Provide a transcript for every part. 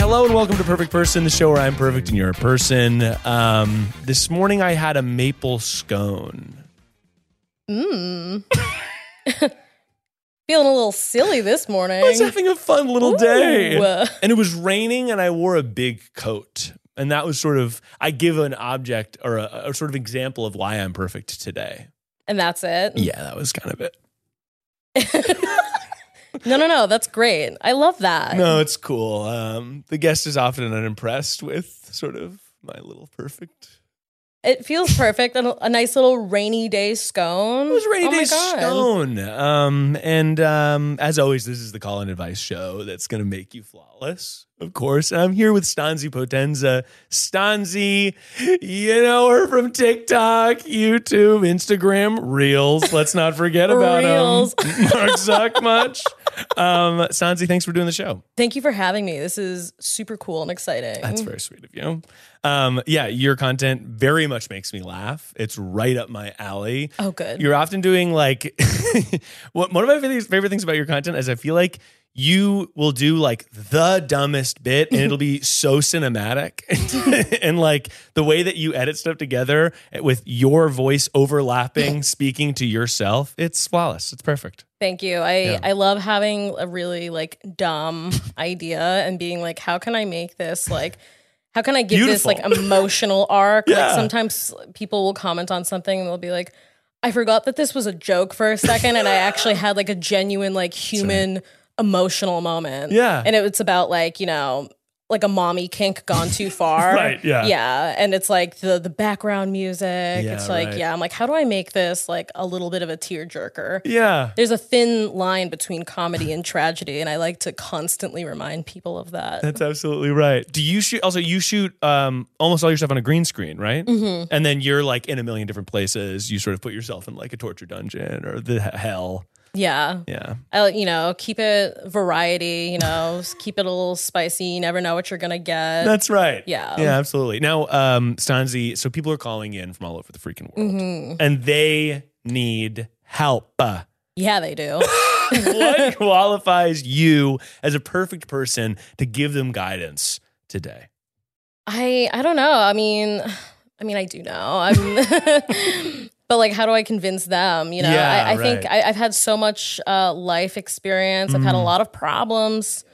Hello and welcome to Perfect Person, the show where I'm perfect and you're a person. Um, this morning I had a maple scone. Mmm. Feeling a little silly this morning. I was having a fun little Ooh. day. And it was raining and I wore a big coat. And that was sort of, I give an object or a, a sort of example of why I'm perfect today. And that's it. Yeah, that was kind of it. No, no, no. That's great. I love that. No, it's cool. Um, the guest is often unimpressed with sort of my little perfect. It feels perfect. A, a nice little rainy day scone. It was rainy oh my day God. stone. Um, and um, as always, this is the call and advice show that's going to make you flawless, of course. And I'm here with Stanzi Potenza. Stanzi, you know her from TikTok, YouTube, Instagram, Reels. Let's not forget about 'em. Reels. Mark Zuck much. Um, Stanzi, thanks for doing the show. Thank you for having me. This is super cool and exciting. That's very sweet of you. Um, yeah, your content very much makes me laugh. It's right up my alley. Oh, good. You're often doing like what one of my favorite favorite things about your content is I feel like you will do like the dumbest bit and it'll be so cinematic and like the way that you edit stuff together with your voice overlapping speaking to yourself it's flawless it's perfect Thank you. I, Yeah. I love having a really like dumb idea and being like, how can I make this like, how can I give this like Beautiful. emotional arc? Yeah. Like sometimes people will comment on something and they'll be like, I forgot that this was a joke for a second and I actually had like a genuine like human emotional moment. Yeah. And it, it's about like, you know, like a mommy kink gone too far. Right, yeah. Yeah. And it's like the the background music. it's like, right. yeah, I'm like, how do I make this like a little bit of a tearjerker? yeah there's a thin line between comedy and tragedy, and I like to constantly remind people of that. That's absolutely right. Do you shoot? Also, you shoot um, almost all your stuff on a green screen, right? Mm-hmm. And then you're like in a million different places. You sort of put yourself in like a torture dungeon or the he- hell. yeah. Yeah, I, you know, keep it variety, you know, s- keep it a little spicy. You never know what you're going to get. that's right. Uh, yeah. yeah, absolutely. Now, um, Stanzi, so people are calling in from all over the freaking world, Mm-hmm. and they need help. Uh, yeah, they do. what qualifies you as a perfect person to give them guidance today? I I don't know. I mean, I mean, I do know. I'm, but like, how do I convince them? You know, Yeah, I, I think right. Mm. I, I've had so much uh, life experience. I've had a lot of problems.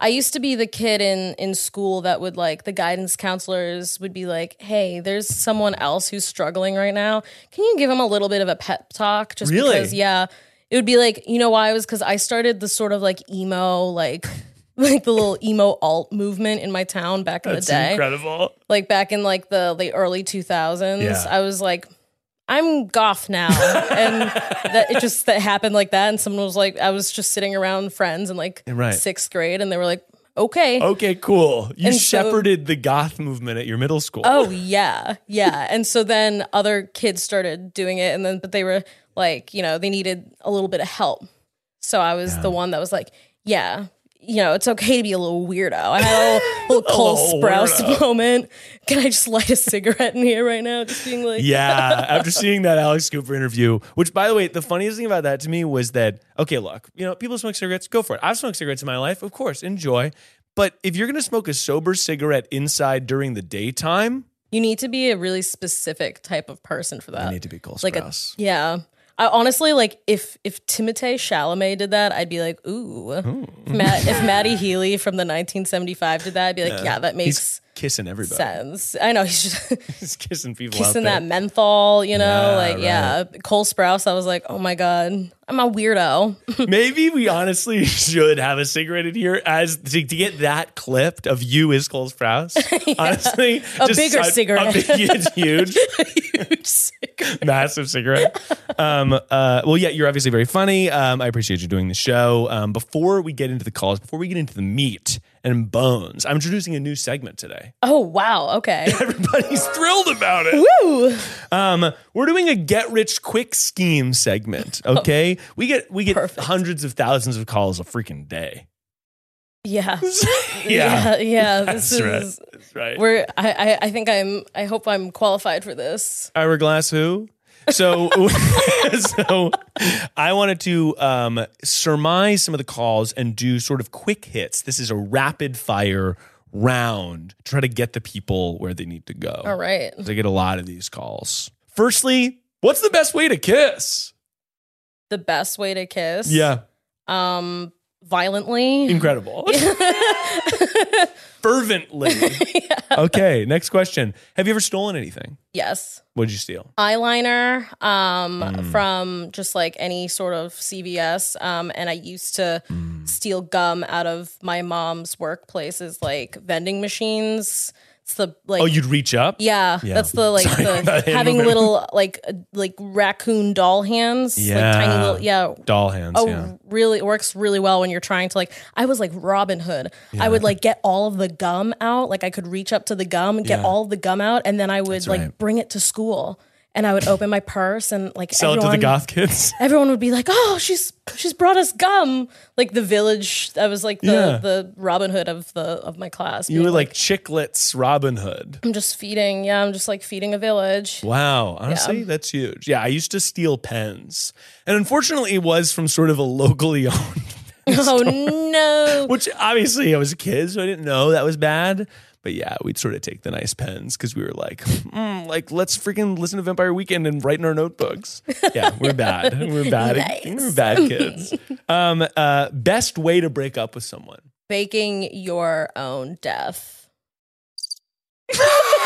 I used to be the kid in in school that would like the guidance counselors would be like, "Hey, there's someone else who's struggling right now. Can you give them a little bit of a pep talk?" Just Really? because, yeah, it would be like, you know, why it was because I started the sort of like emo like. Like the little emo alt movement in my town back in That's the day incredible. like back in like the the early 2000s Yeah. i was like i'm goth now and that it just that happened like that and someone was like i was just sitting around friends in like Right. Oh. sixth grade and they were like okay Okay, cool. You And so- shepherded the goth movement at your middle school. oh yeah yeah and so then other kids started doing it and then but they were like you know they needed a little bit of help so i was the one that was like yeah you know it's okay to be a little weirdo i had a little, little cole little sprouse weirdo. moment can i just light a cigarette in here right now just being like yeah, after seeing that Alex Cooper interview, which by the way, the funniest thing about that to me was that, okay, look, you know, people smoke cigarettes, go for it. I've smoked cigarettes in my life, of course, enjoy. But if you're going to smoke a sober cigarette inside during the daytime, You need to be a really specific type of person for that. I need to be Cole like a, Sprouse. yeah. I honestly like if if Timothée Chalamet did that, I'd be like, ooh. If, Matt, if Maddie Healy from the 1975 did that, I'd be like, yeah, that He's makes kissing everybody. sense. I know he's just He's kissing people out kissing there. that menthol, you know, Yeah, like yeah. Cole Sprouse, I was like, oh my god, I'm a weirdo. Maybe we honestly should have a cigarette in here as to, to get that clipped of you is Cole Sprouse. Honestly, A bigger cigarette. a big- it's huge, massive cigarette. Um, uh, well, yeah, you're obviously very funny. Um, I appreciate you doing the show. Um, before we get into the calls, before we get into the meat and bones, I'm introducing a new segment today. oh wow, okay. Everybody's thrilled about it. Woo. Um, we're doing a get rich quick scheme segment. Okay, we get we get Oh. Perfect. hundreds of thousands of calls a freaking day. Yeah. Yeah. yeah, yeah, That's This is right. That's right. we're. I, I, I think I'm. I hope I'm qualified for this. Ira Glass who? So so I wanted to um, surmise some of the calls and do sort of quick hits. This is a rapid fire round to try to get the people where they need to go. All right. I get a lot of these calls. Firstly, what's the best way to kiss? The best way to kiss. Yeah, Um. Violently. incredible. Fervently. Okay, next question. Have you ever stolen anything? yes. What did you steal? eyeliner um, Hmm. from just like any sort of CVS. Um, and I used to Hmm. steal gum out of my mom's workplaces, like vending machines. It's the like. Oh, you'd reach up? yeah, Yeah. that's the like Sorry the about that. having Anyway. little like uh, like raccoon doll hands, like Yeah. tiny little yeah. Doll hands, Oh, yeah. really it works really well when you're trying to like. I was like Robin Hood. I would like get all of the gum out. Like I could reach up to the gum, get Yeah. all of the gum out, and then I would like right. bring it to school. And I would open my purse and like Sell it everyone, to the goth kids. Everyone would be like, "Oh, she's she's brought us gum." Like the village. I was like the Yeah. the Robin Hood of the of my class. You being were like Chicklets Robin Hood. I'm just feeding. Yeah, I'm just like feeding a village. Wow, honestly, that's huge. Yeah, I used to steal pens. And unfortunately, it was from sort of a locally owned, Oh no! which obviously I was a kid, so I didn't know that was bad. But yeah, we'd sort of take the nice pens because we were like, mm, like let's freaking listen to Vampire Weekend and write in our notebooks. Yeah, we're bad. We're bad. We're bad kids. Um, uh, best way to break up with someone. Baking your own death. I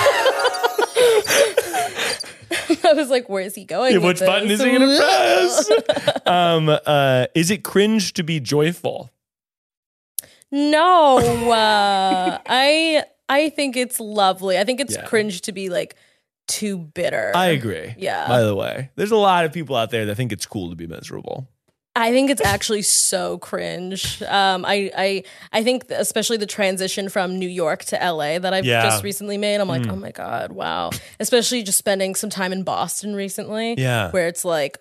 was like, "Where is he going?" Yeah, with which button this? is he gonna press? um, uh, is it cringe to be joyful? No, uh, I I think it's lovely. I think it's Yeah. cringe to be like too bitter. I agree. Yeah. By the way, there's a lot of people out there that think it's cool to be miserable. I think it's actually so cringe. Um, I I I think especially the transition from New York to LA that I've Yeah. Mm. just recently made. I'm like, oh my god, wow. Especially just spending some time in Boston recently, Yeah. where it's like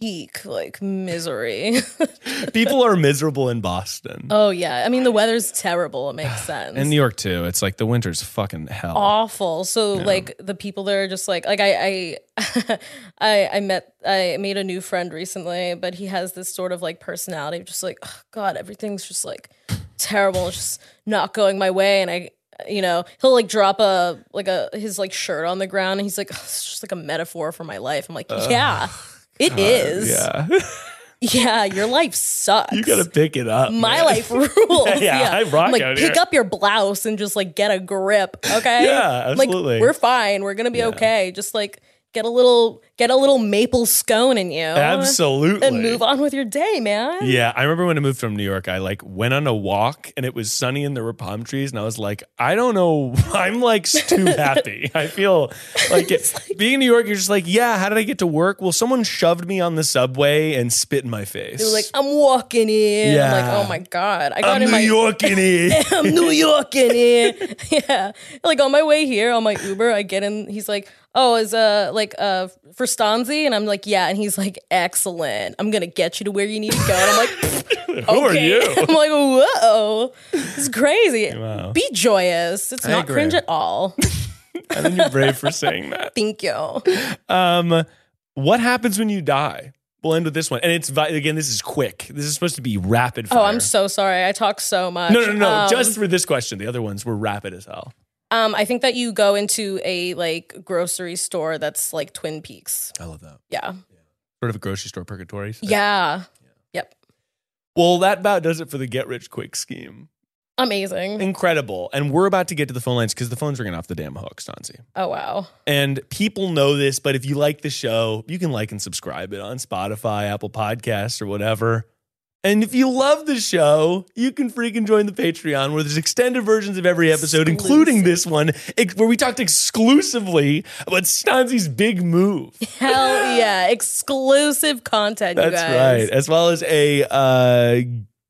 peak like misery. people are miserable in Boston oh yeah, I mean the weather's terrible. It makes sense. and New York too. It's like the winter's fucking hell. awful. So like the people there are just like like I I, I I met I made a new friend recently, but he has this sort of like personality of just like oh god, everything's just like terrible, it's just not going my way and I you know, he'll like drop a like a his like shirt on the ground and he's like "Ugh, it's just like a metaphor for my life. I'm like, yeah. it is. Yeah, Yeah, your life sucks. you gotta pick it up. my man. life rules. Yeah, yeah, I rock am like, out pick here. up your blouse and just like get a grip. Okay. Yeah, I'm like, absolutely. we're fine. We're gonna be okay. Just like get a little get a little maple scone in you. Absolutely. And move on with your day, man. Yeah, I remember when I moved from New York, I like went on a walk and it was sunny and there were palm trees and I was like, I don't know, I'm like too happy. I feel like, it, being in New York, you're just like, yeah, how did I get to work? Well, someone shoved me on the subway and spit in my face. They were like, I'm walking in. I'm Yeah. like, oh my God. I got I'm in New my York in it. I'm New York in it. yeah. Like on my way here on my Uber, I get in, he's like, Oh, is uh like uh for Stanzi? And I'm like, Yeah, and he's like, Excellent. I'm gonna get you to where you need to go. And I'm like, Who are okay. you? I'm like, whoa, it's crazy. Be joyous. It's not agree. cringe at all. I think you're brave for saying that. Thank you. Oh, Um, what happens when you die? We'll end with this one. And it's, vi- again, this is quick. This is supposed to be rapid fire. Oh, I'm so sorry. I talk so much. No, no, no. Um, just for this question. The other ones were rapid as hell. Um, I think that you go into a like grocery store that's like Twin Peaks. I love that. Yeah. Sort of a grocery store purgatory. so- Yeah. Yep. Well, that about does it for the get rich quick scheme. Amazing. Incredible. And we're about to get to the phone lines because the phone's ringing off the damn hook, Stanzi. Oh wow. And people know this, but if you like the show, you can like and subscribe it on Spotify, Apple Podcasts, or whatever. And if you love the show, you can freaking join the Patreon where there's extended versions of every episode, including this one, ex- where we talked exclusively about Stanzi's big move. Hell yeah. Exclusive content, you That's guys. right. As well as a uh,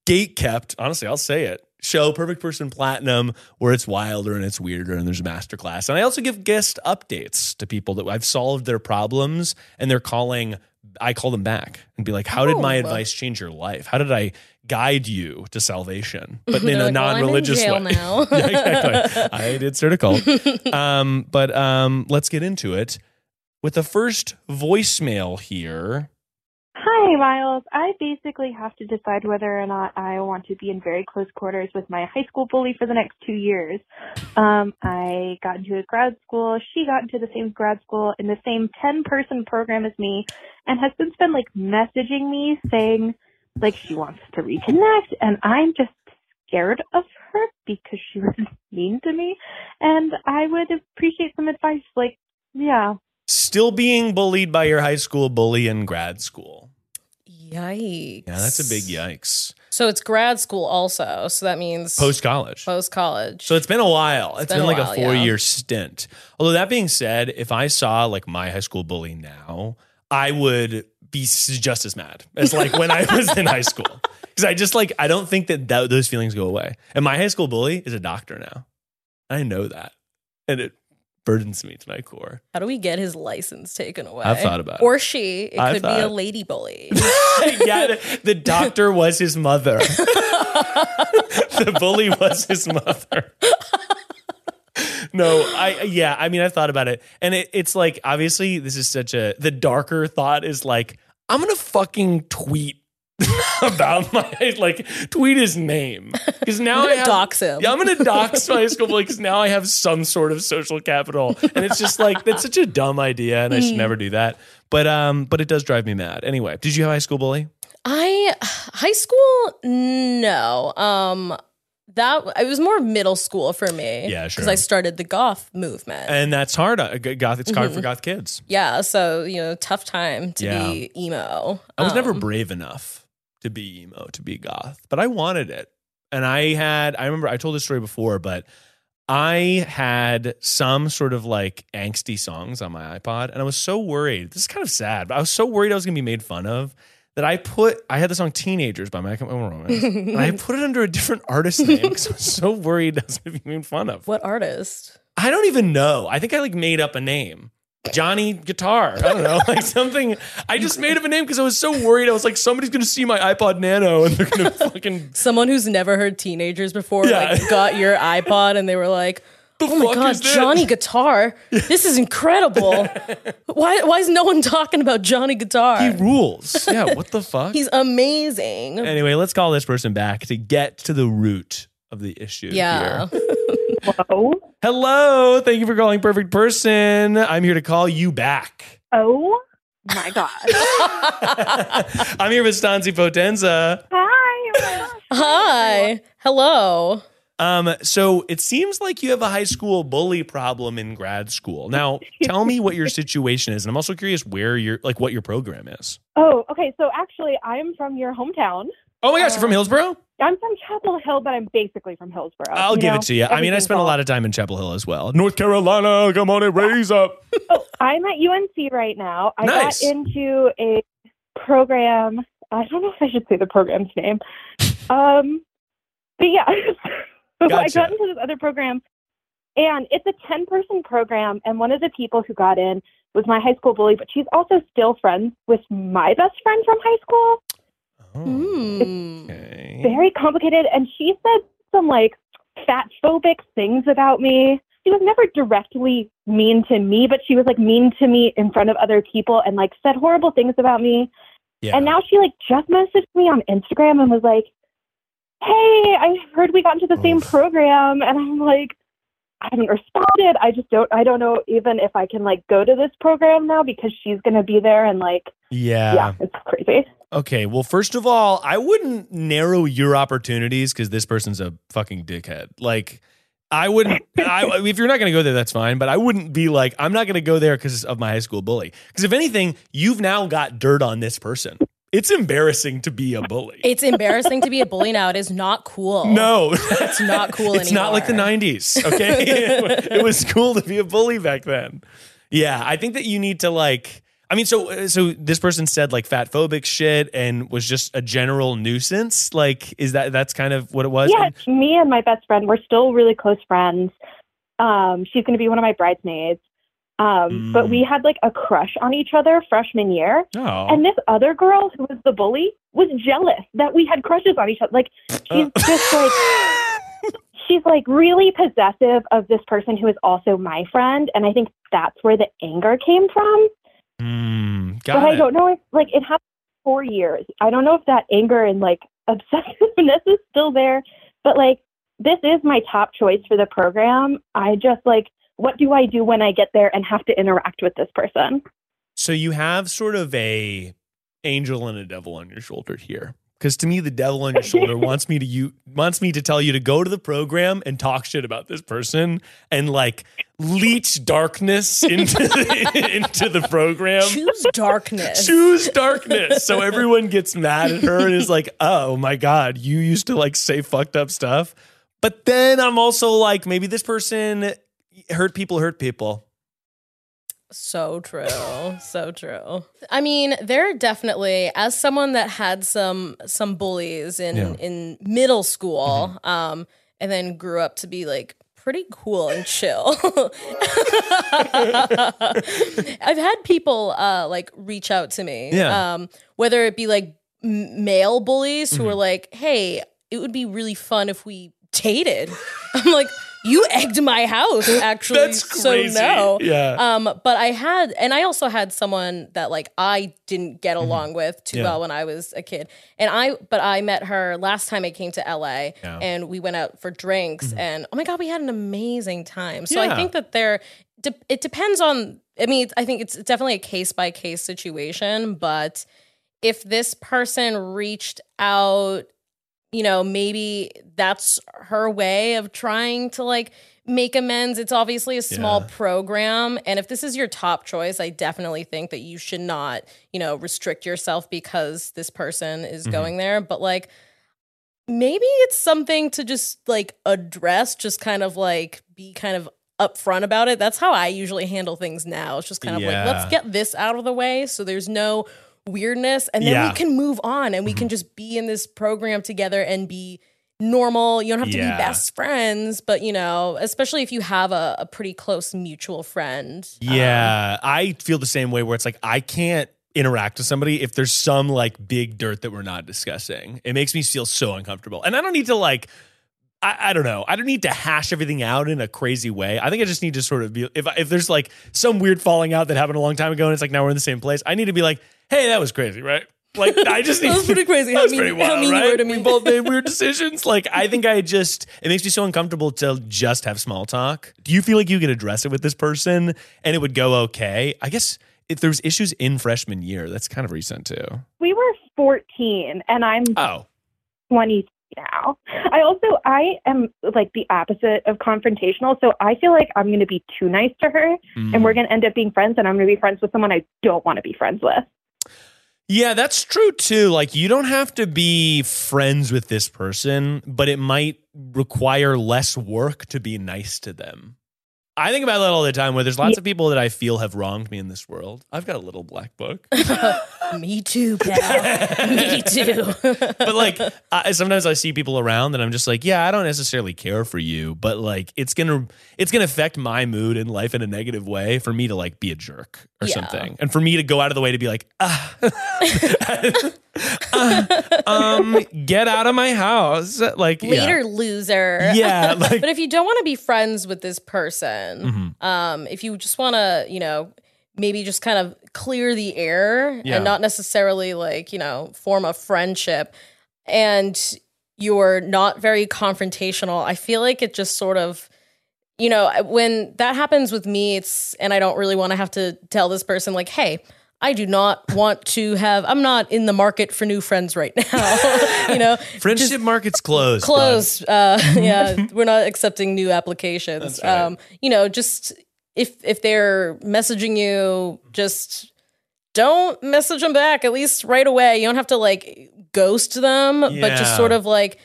gate kept, honestly, I'll say it. Show Perfect Person Platinum, where it's wilder and it's weirder, and there's a masterclass. And I also give guest updates to people that I've solved their problems and they're calling. I call them back and be like, How did my Oh. advice change your life? How did I guide you to salvation? But in They're a like, "Well, I'm in non religious jail way. now. Yeah, exactly. I did start a cult. Um, but um, let's get into it with the first voicemail here. Hi, Miles. I basically have to decide whether or not I want to be in very close quarters with my high school bully for the next two years. Um, I got into a grad school. She got into the same grad school in the same 10 person program as me and has since been like messaging me saying like she wants to reconnect and I'm just scared of her because she was mean to me and I would appreciate some advice. Like, yeah. still being bullied by your high school bully in grad school. Yikes. Yeah, that's a big yikes. So it's grad school also. So that means Post college. post college. So it's been a while. it's been, been a like while, a yeah. four year stint. Although that being said, if I saw like my high school bully now, I would be s- just as mad as like when I was in high school. Because I just like I don't think that, that those feelings go away. And my high school bully is a doctor now. I know that, and it burdens me to my core. How do we get his license taken away? I've thought about it. Or she. It I've could be a thought- lady bully. yeah, the doctor was his mother. the bully was his mother. No, I yeah, I mean I've thought about it. And it, it's like obviously this is such a the darker thought is like, I'm gonna fucking tweet about my like tweet his name. Because now I'm I gonna have, dox him. Yeah, I'm gonna dox my high school bully because now I have some sort of social capital. And it's just like that's such a dumb idea and I Hmm. should never do that. But um but it does drive me mad. Anyway, did you have a high school bully? I high school no. Um that it was more middle school for me. Yeah, sure. Because I started the goth movement. And that's hard. uh, g- Goth, it's Mm-hmm. hard for goth kids. yeah, so you know, tough time to Yeah. be emo. I was never Um, brave enough to be emo, to be goth, but I wanted it. And I had, I remember I told this story before, but I had some sort of like angsty songs on my iPod. And I was so worried. This is kind of sad, but I was so worried I was going to be made fun of that I put, I had the song Teenagers by My Chemical Romance. and I put it under a different artist name because I was so worried I was going to be made fun of. What artist? I don't even know. I think I like made up a name. Johnny Guitar. I don't know. Like something. I just made up a name because I was so worried. I was like, somebody's going to see my iPod Nano and they're going to fucking. Someone who's never heard teenagers before Yeah. like got your iPod and they were like, The Oh my fuck god, is this?" Johnny Guitar. This is incredible. why why is no one talking about Johnny Guitar? He rules. Yeah. What the fuck? He's amazing. anyway, let's call this person back to get to the root of the issue. yeah. here. Whoa. Hello. Thank you for calling Perfect Person. I'm here to call you back. Oh my god. I'm here with Stanzi Potenza. Hi. oh my gosh. Hi. Hello. Um, so it seems like you have a high school bully problem in grad school. Now, tell me what your situation is, and I'm also curious where your like what your program is. Oh, okay. So actually, I'm from your hometown. Oh my gosh, Uh, you're from Hillsboro. I'm from Chapel Hill, but I'm basically from Hillsboro. I'll give it to you. I mean, I spent a lot of time in Chapel Hill as well. North Carolina, come on and raise up. Oh, I'm at UNC right now. I Nice. got into a program. I don't know if I should say the program's name. Um, but yeah, So I Gotcha. got into this other program, and it's a ten-person program. And one of the people who got in was my high school bully, but she's also still friends with my best friend from high school. Hmm. Oh, Okay. Mm. very complicated and she said some like fat phobic things about me she was never directly mean to me but she was like mean to me in front of other people and like said horrible things about me Yeah. and now she like just messaged me on instagram and was like hey i heard we got into the same Oof. program and i'm like I haven't responded. I just don't. I don't know even if I can like go to this program now because she's gonna be there and like Yeah. yeah, it's crazy. Okay. Well, first of all, I wouldn't narrow your opportunities because this person's a fucking dickhead. Like, I wouldn't. I, if you're not going to go there, that's fine. But I wouldn't be like, I'm not going to go there because of my high school bully. Because if anything, you've now got dirt on this person. It's embarrassing to be a bully. It's embarrassing to be a bully now. It is not cool. No, It's not cool It's not like the anymore. '90s. Okay, it was cool to be a bully back then. Yeah, I think that you need to like. I mean, so uh, so this person said like fat phobic shit and was just a general nuisance. Like, is that that's kind of what it was? Yeah, And- me and my best friend, we're still really close friends. Um, she's going to be one of my bridesmaids. Um, But we had like a crush on each other freshman year. oh, And this other girl who was the bully was jealous that we had crushes on each other. Like, she's just like, she's like really possessive of this person who is also my friend. And I think that's where the anger came from. Hmm, but got I it. don't know if, like, it happened for years. I don't know if that anger and, like, obsessiveness is still there. But, like, this is my top choice for the program. I just, like, what do I do when I get there and have to interact with this person? So you have sort of a angel and a devil on your shoulder here. Because to me, the devil on your shoulder wants me to you wants me to tell you to go to the program and talk shit about this person and like leech darkness into the, into the program. Choose darkness. Choose darkness. So everyone gets mad at her and is like, oh my God, you used to like say fucked up stuff. But then I'm also like, maybe this person hurt people, hurt people. So true. So true. I mean, there are definitely as someone that had some some bullies in Yeah. Mm-hmm. in middle school, um, and then grew up to be like pretty cool and chill. I've had people uh like reach out to me. Yeah. Um, whether it be like m- male bullies who were Mm-hmm. like, "Hey, it would be really fun if we dated." I'm like, "You egged my house, actually." That's crazy. So no. Yeah. Um, but I had, and I also had someone that like I didn't get along with too Mm-hmm. Yeah. well when I was a kid, and I, but I met her last time I came to LA, Yeah. Mm-hmm. and we went out for drinks, and oh my god, we had an amazing time. So Yeah. I think that there, de- it depends on. I mean, it's- I think it's definitely a case by case situation, but if this person reached out you know, maybe that's her way of trying to like make amends. It's obviously a small Yeah. program. And if this is your top choice, I definitely think that you should not, you know, restrict yourself because this person is Mhm. going there. But like, maybe it's something to just like address, just kind of like be kind of upfront about it. That's how I usually handle things now. It's just kind of Yeah. like, let's get this out of the way so there's no weirdness and then Yeah. Mm-hmm. we can move on and we can just be in this program together and be normal. You don't have to Yeah. be best friends, but you know, especially if you have a, a pretty close mutual friend. um, Yeah, I feel the same way where it's like I can't interact with somebody if there's some like big dirt that we're not discussing. It makes me feel so uncomfortable. And I don't need to like I, I don't know. I don't need to hash everything out in a crazy way. I think I just need to sort of be if I- if there's like some weird falling out that happened a long time ago and it's like now we're in the same place. I need to be like, "Hey, that was crazy, right?" Like I just need That was pretty crazy. That How was mean- pretty how wild, mean you right? were to We me. both made weird decisions. Like I think I just it makes me so uncomfortable to just have small talk. Do you feel like you could address it with this person and it would go okay? I guess if there's issues in freshman year, that's kind of recent too. We were 14, and I'm Oh, 20 now. I also I am like the opposite of confrontational, so I feel like I'm going to be too nice to her and Mm. we're going to end up being friends and I'm going to be friends with someone I don't want to be friends with. Yeah, that's true too. Like you don't have to be friends with this person, but it might require less work to be nice to them. I think about that all the time where there's lots of people that I feel have wronged me in this world. I've got a little black book. Me too, pal. me too. but like I, sometimes I see people around and I'm just like, yeah, I don't necessarily care for you, but like it's gonna it's gonna affect my mood and life in a negative way for me to like be a jerk or Yeah. something, and for me to go out of the way to be like, ah, uh, um, get out of my house, like yeah. Later, loser. Yeah, like- but if you don't want to be friends with this person, Mm-hmm. um, if you just want to, you know, maybe just kind of clear the air Yeah. and not necessarily like, you know, form a friendship and you're not very confrontational, I feel like it just sort of you know, when that happens with me, it's, and I don't really want to have to tell this person, like, hey, I do not want to have, I'm not in the market for new friends right now. you know, Friendship market's closed. bud. close. Uh, yeah, we're not accepting new applications. That's right. Um, you know, just if if they're messaging you, just don't message them back. At least right away. You don't have to like ghost them, but Yeah. just sort of like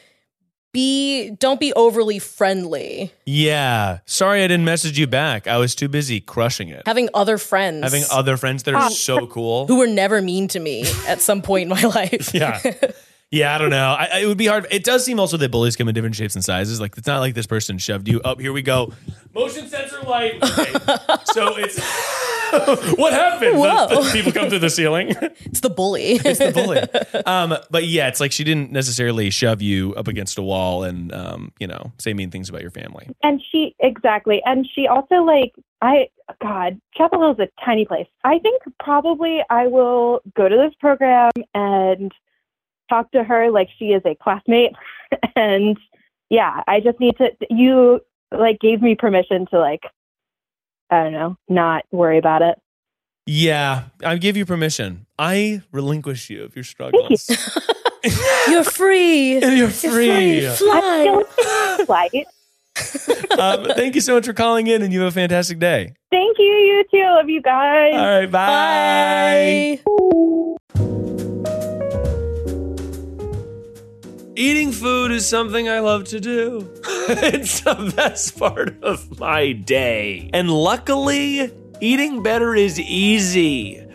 be. Don't be overly friendly. Yeah. Sorry I didn't message you back. I was too busy crushing it. Having other friends, Having other friends Oh. that are so cool. who were never mean to me at some point in my life. Yeah. Yeah, I don't know. I, I- it would be hard. It does seem also that bullies come in different shapes and sizes. Like it's not like this person shoved you up. Here we go. Motion sensor light. Okay. so it's what happened? The- Whoa. the people come through the ceiling. it's the bully. it's the bully. Um, but yeah, it's like she didn't necessarily shove you up against a wall and um, you know say mean things about your family. And she exactly, and she also like I God Chapel Hill's a tiny place. I think probably I will go to this program and talk to her like she is a classmate, and yeah, I just need to you like gave me permission to like I don't know not worry about it. Yeah, I give you permission. I relinquish you if you're struggling. You're free. And you're Free. free. I Fly. feel like um, thank you so much for calling in, and you have a fantastic day. thank you, you too. Love you guys. All right, bye. Bye. Eating food is something I love to do. it's the best part of my day. And luckily, eating better is easy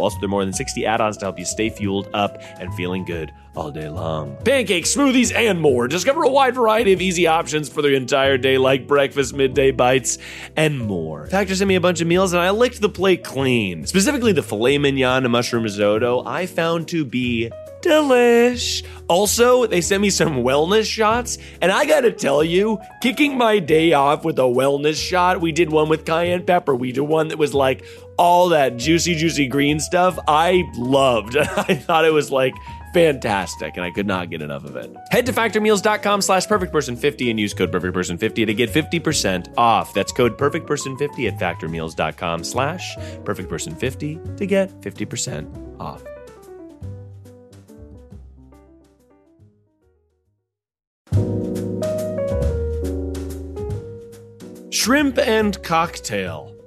Also, there are more than 60 add ons to help you stay fueled up and feeling good all day long. Pancakes, smoothies, and more. Discover a wide variety of easy options for the entire day, like breakfast, midday bites, and more. Factor sent me a bunch of meals, and I licked the plate clean. Specifically, the filet mignon and mushroom risotto I found to be delish. Also, they sent me some wellness shots, and I gotta tell you, kicking my day off with a wellness shot, we did one with cayenne pepper. We did one that was like all that juicy, juicy green stuff. I loved. I thought it was like fantastic and i could not get enough of it head to factormeals.com slash perfectperson50 and use code perfectperson50 to get 50% off that's code perfectperson50 at factormeals.com slash perfectperson50 to get 50% off Shrimp and cocktail,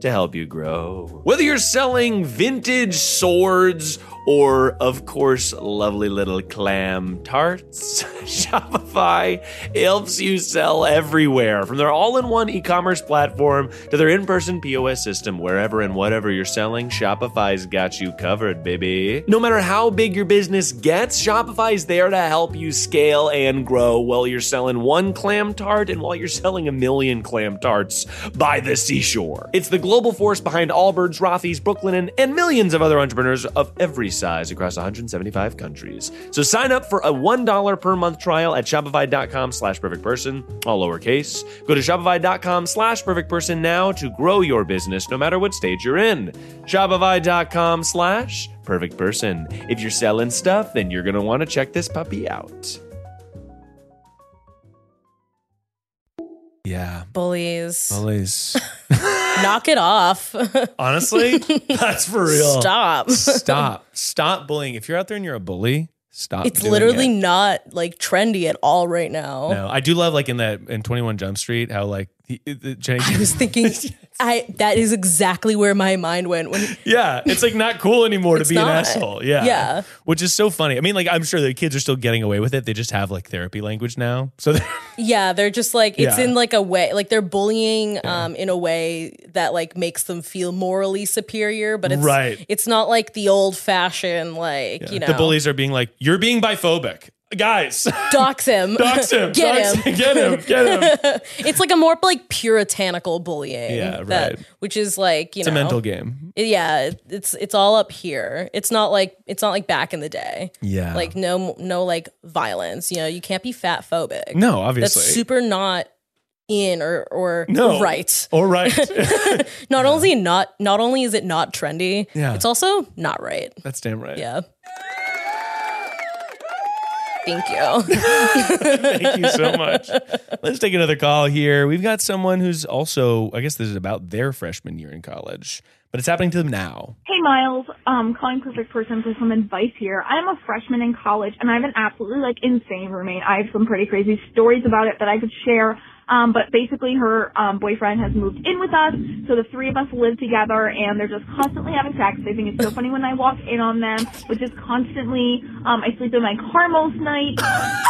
to help you grow. Whether you're selling vintage swords, or, of course, lovely little clam tarts. Shopify helps you sell everywhere, from their all in one e commerce platform to their in person POS system. Wherever and whatever you're selling, Shopify's got you covered, baby. No matter how big your business gets, Shopify's there to help you scale and grow while you're selling one clam tart and while you're selling a million clam tarts by the seashore. It's the global force behind Allbirds, Rothy's, Brooklyn, and, and millions of other entrepreneurs of every size across 175 countries. So sign up for a $1 per month trial at shopify.com slash perfect person, all lowercase. Go to shopify.com slash perfect person now to grow your business no matter what stage you're in. Shopify.com slash perfect person. If you're selling stuff, then you're going to want to check this puppy out. Yeah. Bullies. Bullies. Knock it off. Honestly, that's for real. Stop. Stop. Stop bullying. If you're out there and you're a bully, stop. It's doing literally it. not like trendy at all right now. No, I do love like in that in Twenty One Jump Street how like he, the, Jenny I was thinking I that is exactly where my mind went when Yeah, it's like not cool anymore to It's be an not. asshole. Yeah, Yeah. which is so funny. I mean, like I'm sure the kids are still getting away with it. They just have like therapy language now. So they're- yeah, they're just like it's Yeah. in like a way like they're bullying um in a way that like makes them feel morally superior, but it's Right. it's not like the old fashioned like, you know, the bullies are being like, "You're being biphobic, guys." dox him. Dox him. dox Get him. Get him. Get him. it's like a more like puritanical bullying. Yeah, that- right. Which is like, you It's a know, mental game. yeah, it's it's all up here. It's not like it's not like back in the day. Yeah. Like no no like violence, you know, you can't be fat phobic. No, obviously. That's super not in or or no. right. All right. Not only not not only is it not trendy, Yeah. it's also not right. That's damn right. Yeah. Thank you. Thank you so much. Let's take another call here. We've got someone who's also, I guess this is about their freshman year in college, but it's happening to them now. Hey Miles, um, calling perfect person for some advice here. I'm a freshman in college and I have an absolutely like insane roommate. I have some pretty crazy stories about it that I could share. Um, but basically her um, boyfriend has moved in with us, so the three of us live together and they're just constantly having sex. They think it's so funny when I walk in on them, which is constantly. Um, I sleep in my car most nights.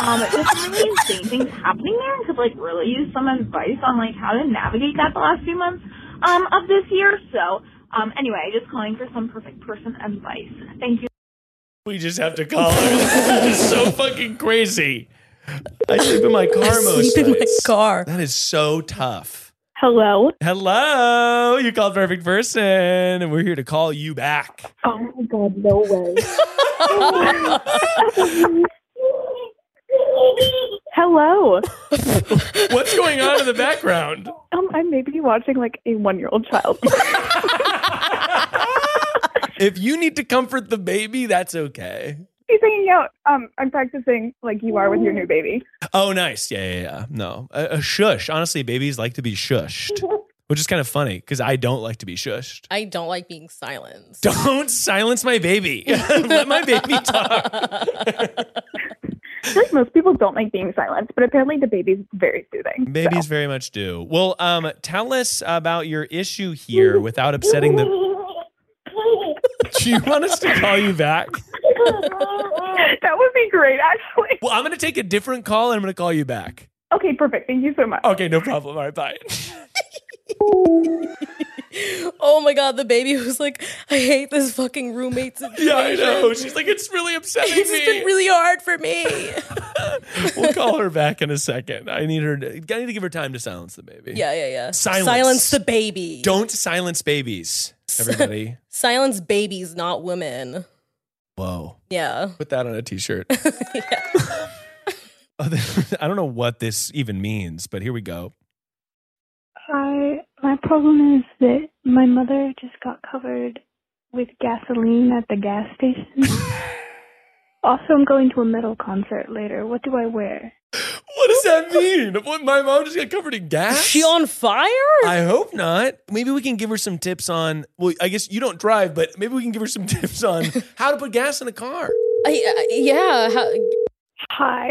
Um, just really insane things happening there and could like really use some advice on like how to navigate that the last few months um, of this year. So um, anyway, just calling for some perfect person advice. Thank you. We just have to call her. this is so fucking crazy. I sleep in my car most Sleep in my nights. car. That is so tough. Hello. Hello, you called perfect person, and we're here to call you back. Oh my god, no way. Hello. What's going on in the background? Um, I may be watching like a one-year-old child. If you need to comfort the baby, that's okay. He's hanging out. Um, I'm practicing like you are with your new baby. Oh, nice. Yeah, yeah, yeah. No, a, a shush. Honestly, babies like to be shushed, which is kind of funny because I don't like to be shushed. I don't like being silenced. Don't silence my baby. Let my baby talk. I feel like most people don't like being silenced, but apparently the baby's very soothing. Babies very much do. Well, um, tell us about your issue here without upsetting the. Do you want us to call you back? that would be great, actually. Well, I'm going to take a different call and I'm going to call you back. Okay, perfect. Thank you so much. Okay, no problem. All right, bye. Oh my god, the baby was like, I hate this fucking roommate situation. Yeah, I know. She's like, it's really upsetting This has me. been really hard for me. we'll call her back in a second. I need her. To, I need to give her time to silence the baby. Yeah, yeah, yeah. Silence. Silence the baby. Don't silence babies, everybody. silence babies, not women. Whoa. Yeah. Put that on a t-shirt. Oh, th- I don't know what this even means, but here we go. Hi. My problem is that my mother just got covered with gasoline at the gas station. also, I'm going to a metal concert later. What do I wear? What does that mean? What, my mom just got covered in gas? Is she on fire? I hope not. Maybe we can give her some tips on. Well, I guess you don't drive, but maybe we can give her some tips on how to put gas in a car. I, I- yeah. How, Hi.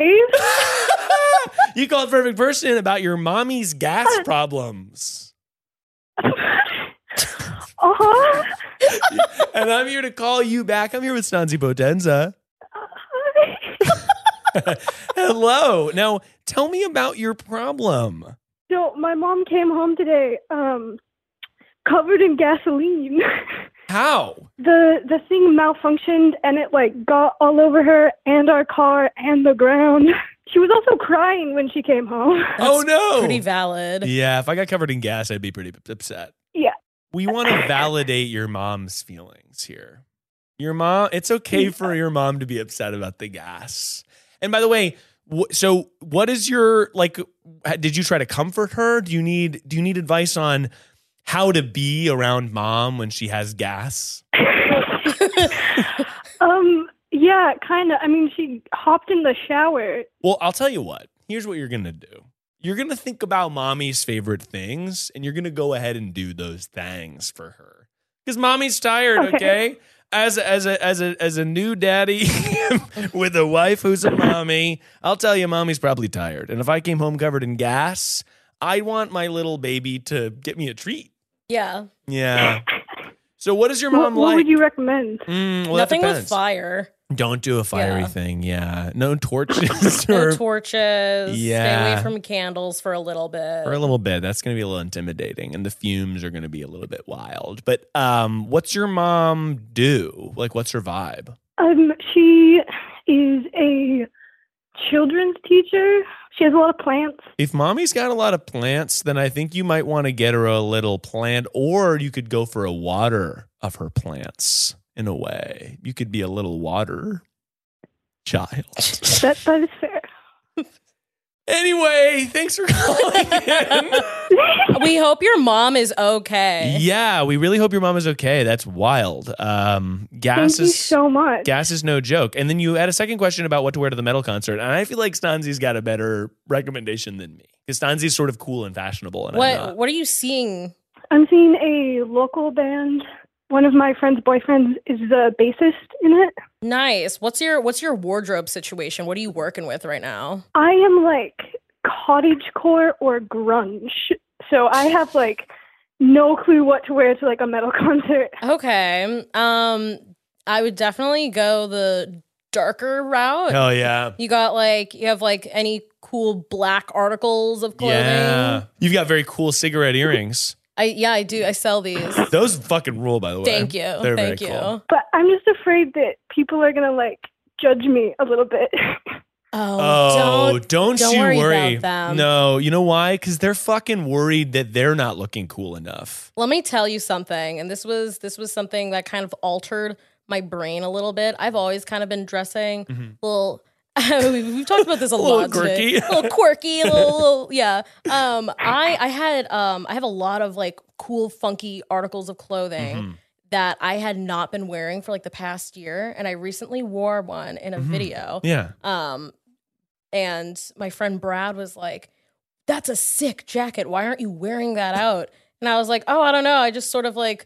you called perfect person about your mommy's gas problems, Uh-huh. and I'm here to call you back. I'm here with Stanzi Potenza. Hello. Now, tell me about your problem. So my mom came home today, um, covered in gasoline. How? the the thing malfunctioned and it like got all over her and our car and the ground. She was also crying when she came home. oh no. Pretty valid. yeah, if I got covered in gas, I'd be pretty p- upset. Yeah. We want to validate your mom's feelings here. Your mom, it's okay for your mom to be upset about the gas. And by the way, wh- so what is your like h- did you try to comfort her? Do you need do you need advice on how to be around mom when she has gas? Um, yeah, kind of. I mean, she hopped in the shower. Well, I'll tell you what. Here's what you're going to do. You're going to think about mommy's favorite things and you're going to go ahead and do those things for her. Cuz mommy's tired, okay? Okay. As a, as a as a as a new daddy with a wife who's a mommy, I'll tell you mommy's probably tired. And if I came home covered in gas, I want my little baby to get me a treat. Yeah. Yeah. So what is your What, mom what like? would you recommend? Mm, well, that Nothing with depends. fire. Don't do a fiery Yeah. thing. Yeah. No torches No or, torches. Stay Yeah. away from candles for a little bit. or a little bit. That's going to be a little intimidating and the fumes are going to be a little bit wild. But um what's your mom do? Like what's her vibe? Um, she is a children's teacher. She has a lot of plants. If mommy's got a lot of plants, then I think you might want to get her a little plant or you could go for a water of her plants in a way. You could be a little water child. That that is fair. Anyway, thanks for calling in. we hope your mom is okay. yeah, we really hope your mom is okay. That's wild. Um, gas Thank you is so much. gas is no joke. And then you had a second question about what to wear to the metal concert, and I feel like Stanzi's got a better recommendation than me because Stanzi's sort of cool and fashionable, and I'm What not. What are you seeing? I'm seeing a local band. One of my friend's boyfriends is the bassist in it. Nice. What's your What's your wardrobe situation? What are you working with right now? I am like cottagecore or grunge. So I have like no clue what to wear to like a metal concert. Okay. Um, I would definitely go the darker route. Hell yeah. You got like you have like any cool black articles of clothing? Yeah. You've got very cool cigarette earrings. I yeah, I do. I sell these. Those fucking rule, by the way. Thank you. They're Thank very you. cool. But I'm just afraid that people are gonna like judge me a little bit. Oh, Oh, don't. don't, you worry worry. about them. No, you know why? Because they're fucking worried that they're not looking cool enough. Let me tell you something. And this was this was something that kind of altered my brain a little bit. I've always kind of been dressing a little we've, we've talked about this a, Mm-hmm. little lot today. quirky. a little quirky, a little, little- yeah. Um, I I had um I have a lot of like cool, funky articles of Mm-hmm. clothing that I had not been wearing for like the past year, and I recently wore one in a Mm-hmm. video. Yeah. Um, and my friend Brad was like, "That's a sick jacket. Why aren't you wearing that out?" And I was like, "Oh, I don't know. I just sort of like,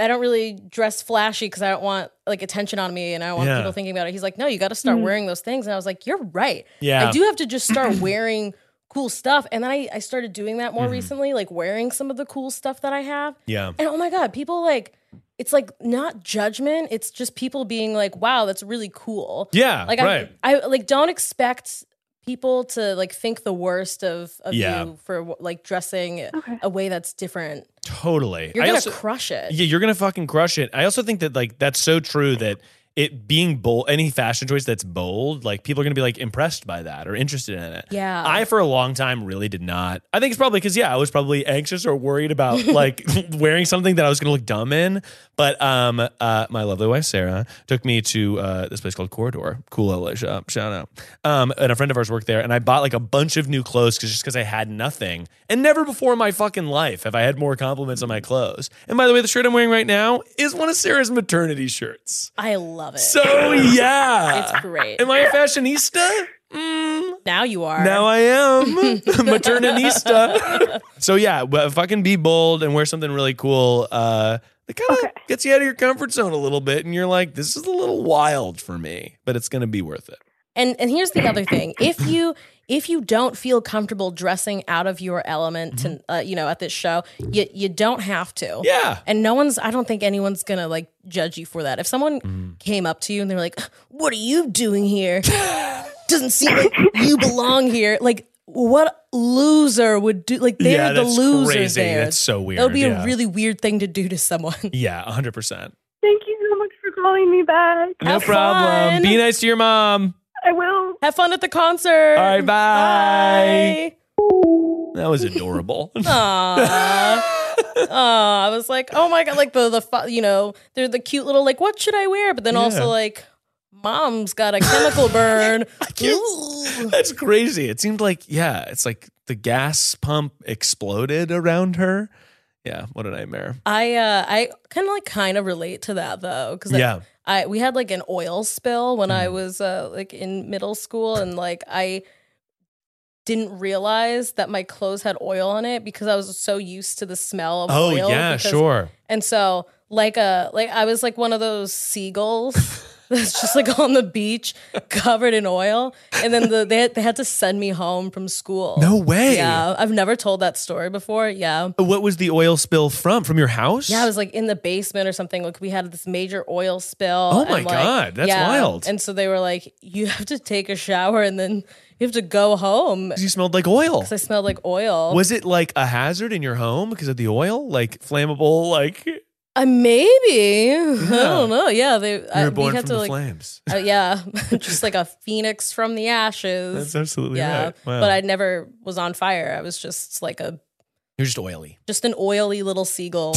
I don't really dress flashy because I don't want like attention on me, and I don't want Yeah. people thinking about it." He's like, "No, you got to start wearing those things." And I was like, "You're right. Yeah. I do have to just start wearing." Cool stuff. And then I, I started doing that Mm-hmm. more recently, like wearing some of the cool stuff that I have. Yeah. And oh my God, people like, it's like not judgment. It's just people being like, wow, that's really cool. Yeah. Like right. I, I like don't expect people to like think the worst of, of Yeah. you for like dressing a way that's different. totally. You're I gonna also- crush it. Yeah, you're gonna fucking crush it. I also think that like that's so true that it being bold, any fashion choice that's bold, like people are gonna be like impressed by that or interested in it. Yeah. I for a long time really did not. I think it's probably because yeah, I was probably anxious or worried about like wearing something that I was gonna look dumb in. But um, uh, my lovely wife Sarah took me to uh, this place called Corridor, cool LA shop, shout out. Um, and a friend of ours worked there, and I bought like a bunch of new clothes because just because I had nothing, and never before in my fucking life have I had more compliments on my clothes. And by the way, the shirt I'm wearing right now is one of Sarah's maternity shirts. I love it. So yeah, it's great. Am I a fashionista? Mm, now you are. now I am maternanista. so yeah, but fucking be bold and wear something really cool. Uh, that kind of gets you out of your comfort zone a little bit, and you're like, this is a little wild for me, but it's gonna be worth it. And and here's the other thing: if you if you don't feel comfortable dressing out of your element, to, uh, you know, at this show, you you don't have to. Mm-hmm. Yeah. And no one's. I don't think anyone's gonna like judge you for that. If someone Mm-hmm. came up to you and they're like, "What are you doing here? Doesn't seem like you belong here." Like. What loser would do? Like they're Yeah, the that's losers crazy. there. That's so That would be weird, yeah. a really weird thing to do to someone. Yeah, hundred percent. Thank you so much for calling me back. No Have problem. fun. Be nice to your mom. I will. Have fun at the concert. All right, bye. Bye. That was adorable. Aww. Aw, I was like, oh my god, like the the fu- you know they're the cute little like what should I wear, but then also like mom's got a chemical burn. Ooh. That's crazy. It seemed like yeah, it's like the gas pump exploded around her. Yeah, what a nightmare. I uh I kind of like kind of relate to that though because Yeah. Mm. I we had like an oil spill when I was uh like in middle school and like I didn't realize that my clothes had oil on it because I was so used to the smell of Oh oil yeah, because sure. uh, And so like a like I was like one of those seagulls that's just like on the beach covered in oil. And then the, they, had, they had to send me home from school. No way. Yeah. I've never told that story before. Yeah. What was the oil spill from? From your house? Yeah, I was like in the basement or something. Like we had this major oil spill. Oh my and, like, God, that's wild. And so they were like, "You have to take a shower and then you have to go home." 'Cause you smelled like oil. 'Cause I smelled like oil. Was it like a hazard in your home because of the oil? Like flammable, like you Uh, maybe I don't know. Yeah, they. You were born Uh, we from had the to like, flames. uh, yeah, just like a phoenix from the ashes. That's absolutely yeah, right. Wow. but I never was on fire. I was just like a You're just oily. just an oily little seagull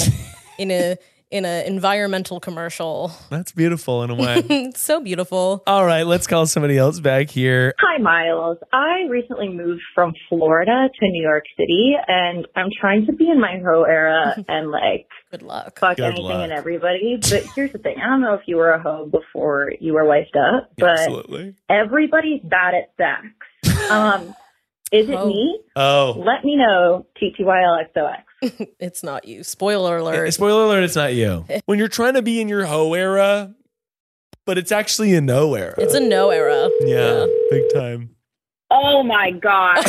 in a in an environmental commercial. That's beautiful in a way. It's so beautiful. All right, let's call somebody else back here. Hi, Miles. I recently moved from Florida to New York City, and I'm trying to be in my hoe era and like Good luck. fuck Good anything luck. and everybody. But here's the thing: I don't know if you were a hoe before you were wifed up, but Absolutely. everybody's bad at sex. Um, is it Oh. me? Oh. Let me know. TTYLXOX. It's not you. Spoiler alert. Spoiler alert, it's not you. When you're trying to be in your hoe era, but it's actually a no era. It's a no era. yeah, big time. Oh my god.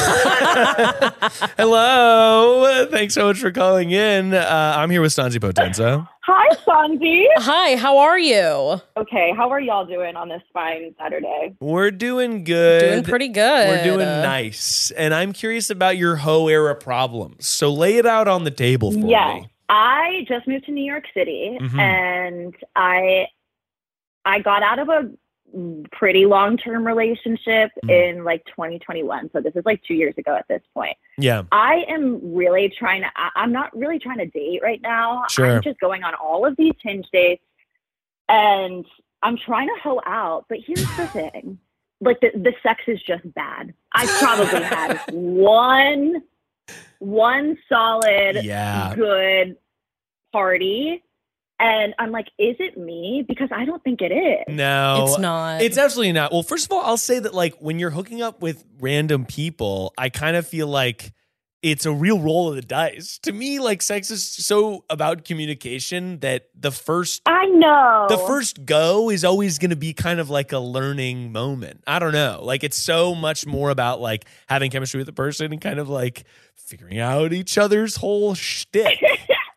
Hello. Thanks so much for calling in. Uh, I'm here with Sanji Potenza. Hi, Sanji. Hi, how are you? Okay, how are y'all doing on this fine Saturday? We're doing good. Doing pretty good. We're doing Uh, nice. And I'm curious about your hoe era problems. So lay it out on the table for Yes. me. I just moved to New York City Mhm. and I I got out of a pretty long-term relationship Mm. in like 2021. So this is like 2 years ago at this point. Yeah. I am really trying to I, I'm not really trying to date right now. Sure. I'm just going on all of these hinge dates and I'm trying to hoe out, but here's the thing. Like the the sex is just bad. I probably had one one solid Yeah. good party. And I'm like, is it me? Because I don't think it is. No. it's not. It's absolutely not. Well, first of all, I'll say that like when you're hooking up with random people, I kind of feel like it's a real roll of the dice. To me, like sex is so about communication that the first I know. the first go is always going to be kind of like a learning moment. I don't know. Like it's so much more about like having chemistry with the person and kind of like figuring out each other's whole shtick.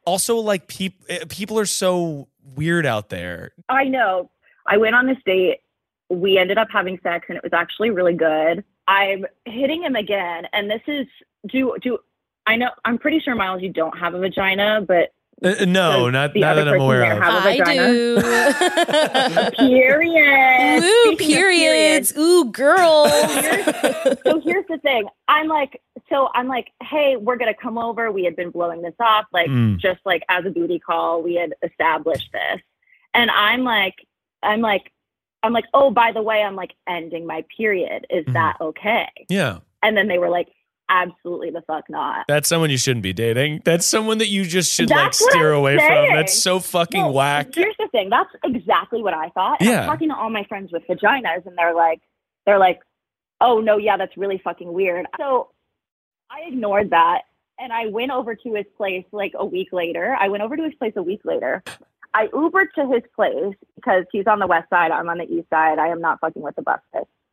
also, like peop- eh, people are so weird out there. I know. I went on this date. We ended up having sex, and it was actually really good. I'm hitting him again, and this is do do. I know. I'm pretty sure Miles, you don't have a vagina, but Eh, no, does not the not other that I'm person aware there of. have a I vagina? do. period. Ooh, Speaking of periods. Ooh, girls. so here's the thing. I'm like, so I'm like, hey, we're gonna come over. We had been blowing this off, like Mm. just like as a booty call, we had established this. And I'm like, I'm like, I'm like, oh, by the way, I'm like ending my period. Is Mhm. that okay? Yeah. And then they were like, absolutely the fuck not. That's someone you shouldn't be dating. That's someone that you just should like That's what steer I'm away saying. from. That's so fucking Well, whack. Here's the thing. That's exactly what I thought. And Yeah. I'm talking to all my friends with vaginas, and they're like, they're like, oh no, yeah, that's really fucking weird. So I ignored that, and I went over to his place like a week later. I went over to his place a week later. I Ubered to his place because he's on the west side. I'm on the east side. I am not fucking with the bus.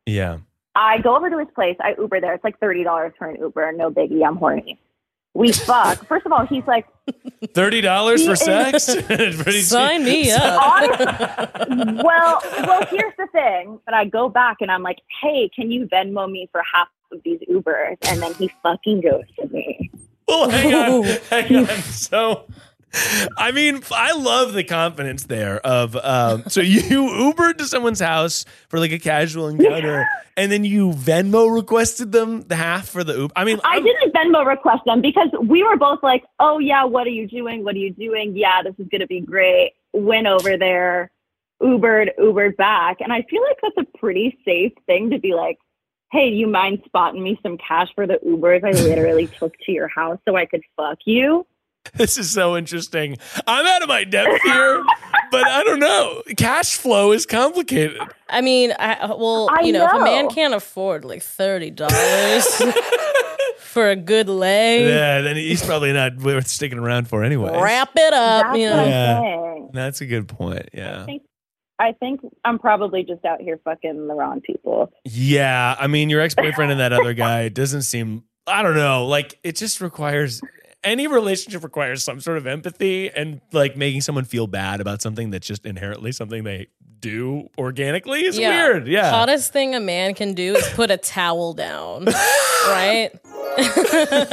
Yeah. I go over to his place. I Uber there. It's like thirty dollars for an Uber. No biggie. I'm horny. We fuck. First of all, he's like, Thirty dollars for He is- sex? Pretty Sign me up. Honest- well, well, here's the thing. But I go back and I'm like, hey, can you Venmo me for half of these Ubers? And then he fucking ghosted me. Well, hang on, Ooh. hang on. So, I mean, I love the confidence there. Of um, so you Ubered to someone's house for like a casual encounter, and then you Venmo requested them the half for the Uber. I mean, I I'm- didn't Venmo request them because we were both like, oh yeah, what are you doing? What are you doing? Yeah, this is gonna be great. Went over there, Ubered, Ubered back, and I feel like that's a pretty safe thing to be like. Hey, you mind spotting me some cash for the Ubers I literally took to your house so I could fuck you? This is so interesting. I'm out of my depth here, but I don't know. Cash flow is complicated. I mean, I, uh, well, I you know, if a man know. can't afford like thirty dollars for a good lay, Yeah, then he's probably not worth sticking around for anyway. wrap it up. That's You what know, Yeah. I'm saying. That's a good point. Yeah. think I think I'm probably just out here fucking the wrong people. Yeah, I mean, your ex boyfriend and that other guy doesn't seem. I don't know. Like, it just requires any relationship requires some sort of empathy and like making someone feel bad about something that's just inherently something they do organically is Yeah. weird. Yeah. Hottest thing a man can do is put a towel down, right?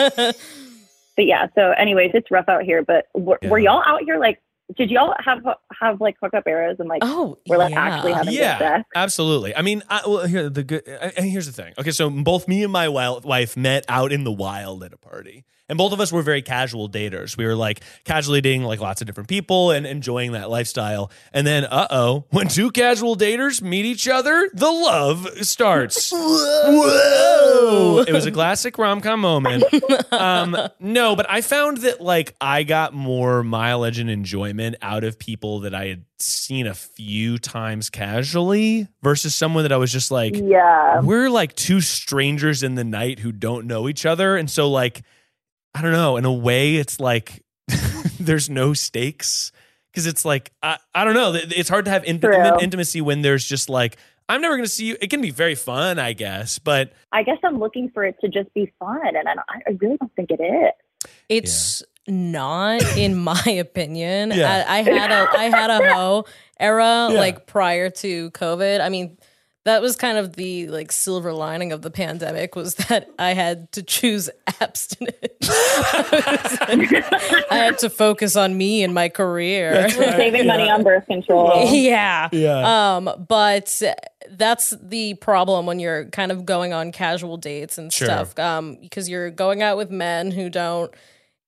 But yeah, so anyways, it's rough out here. But were, were y'all out here like? Did y'all have have like hookup arrows and like? Oh, we're like actually having good yeah, sex. absolutely. I mean, I, well, here the good. I, and here's the thing. Okay, so both me and my wi- wife met out in the wild at a party, and both of us were very casual daters. We were like casually dating like lots of different people and enjoying that lifestyle. And then, uh oh, when two casual daters meet each other, the love starts. Oh. Whoa! It was a classic rom com moment. um, no, but I found that like I got more mileage and enjoyment out of people that I had seen a few times casually versus someone that I was just like, yeah, we're like two strangers in the night who don't know each other, and so like I don't know. In a way, it's like there's no stakes because it's like I, I don't know. It- It's hard to have int- True. intim- intimacy when there's just like I'm never going to see you. It can be very fun, I guess, but I guess I'm looking for it to just be fun, and I, don't- I really don't think it is. It's not, in my opinion. Yeah. I, I had a I had a hoe era Yeah. like prior to COVID. I mean, that was kind of the like silver lining of the pandemic was that I had to choose abstinence. I, was like- I had to focus on me and my career. Saving money on birth control. Um, yeah. Yeah. Um, but that's the problem when you're kind of going on casual dates and Sure. stuff. Um, because you're going out with men who don't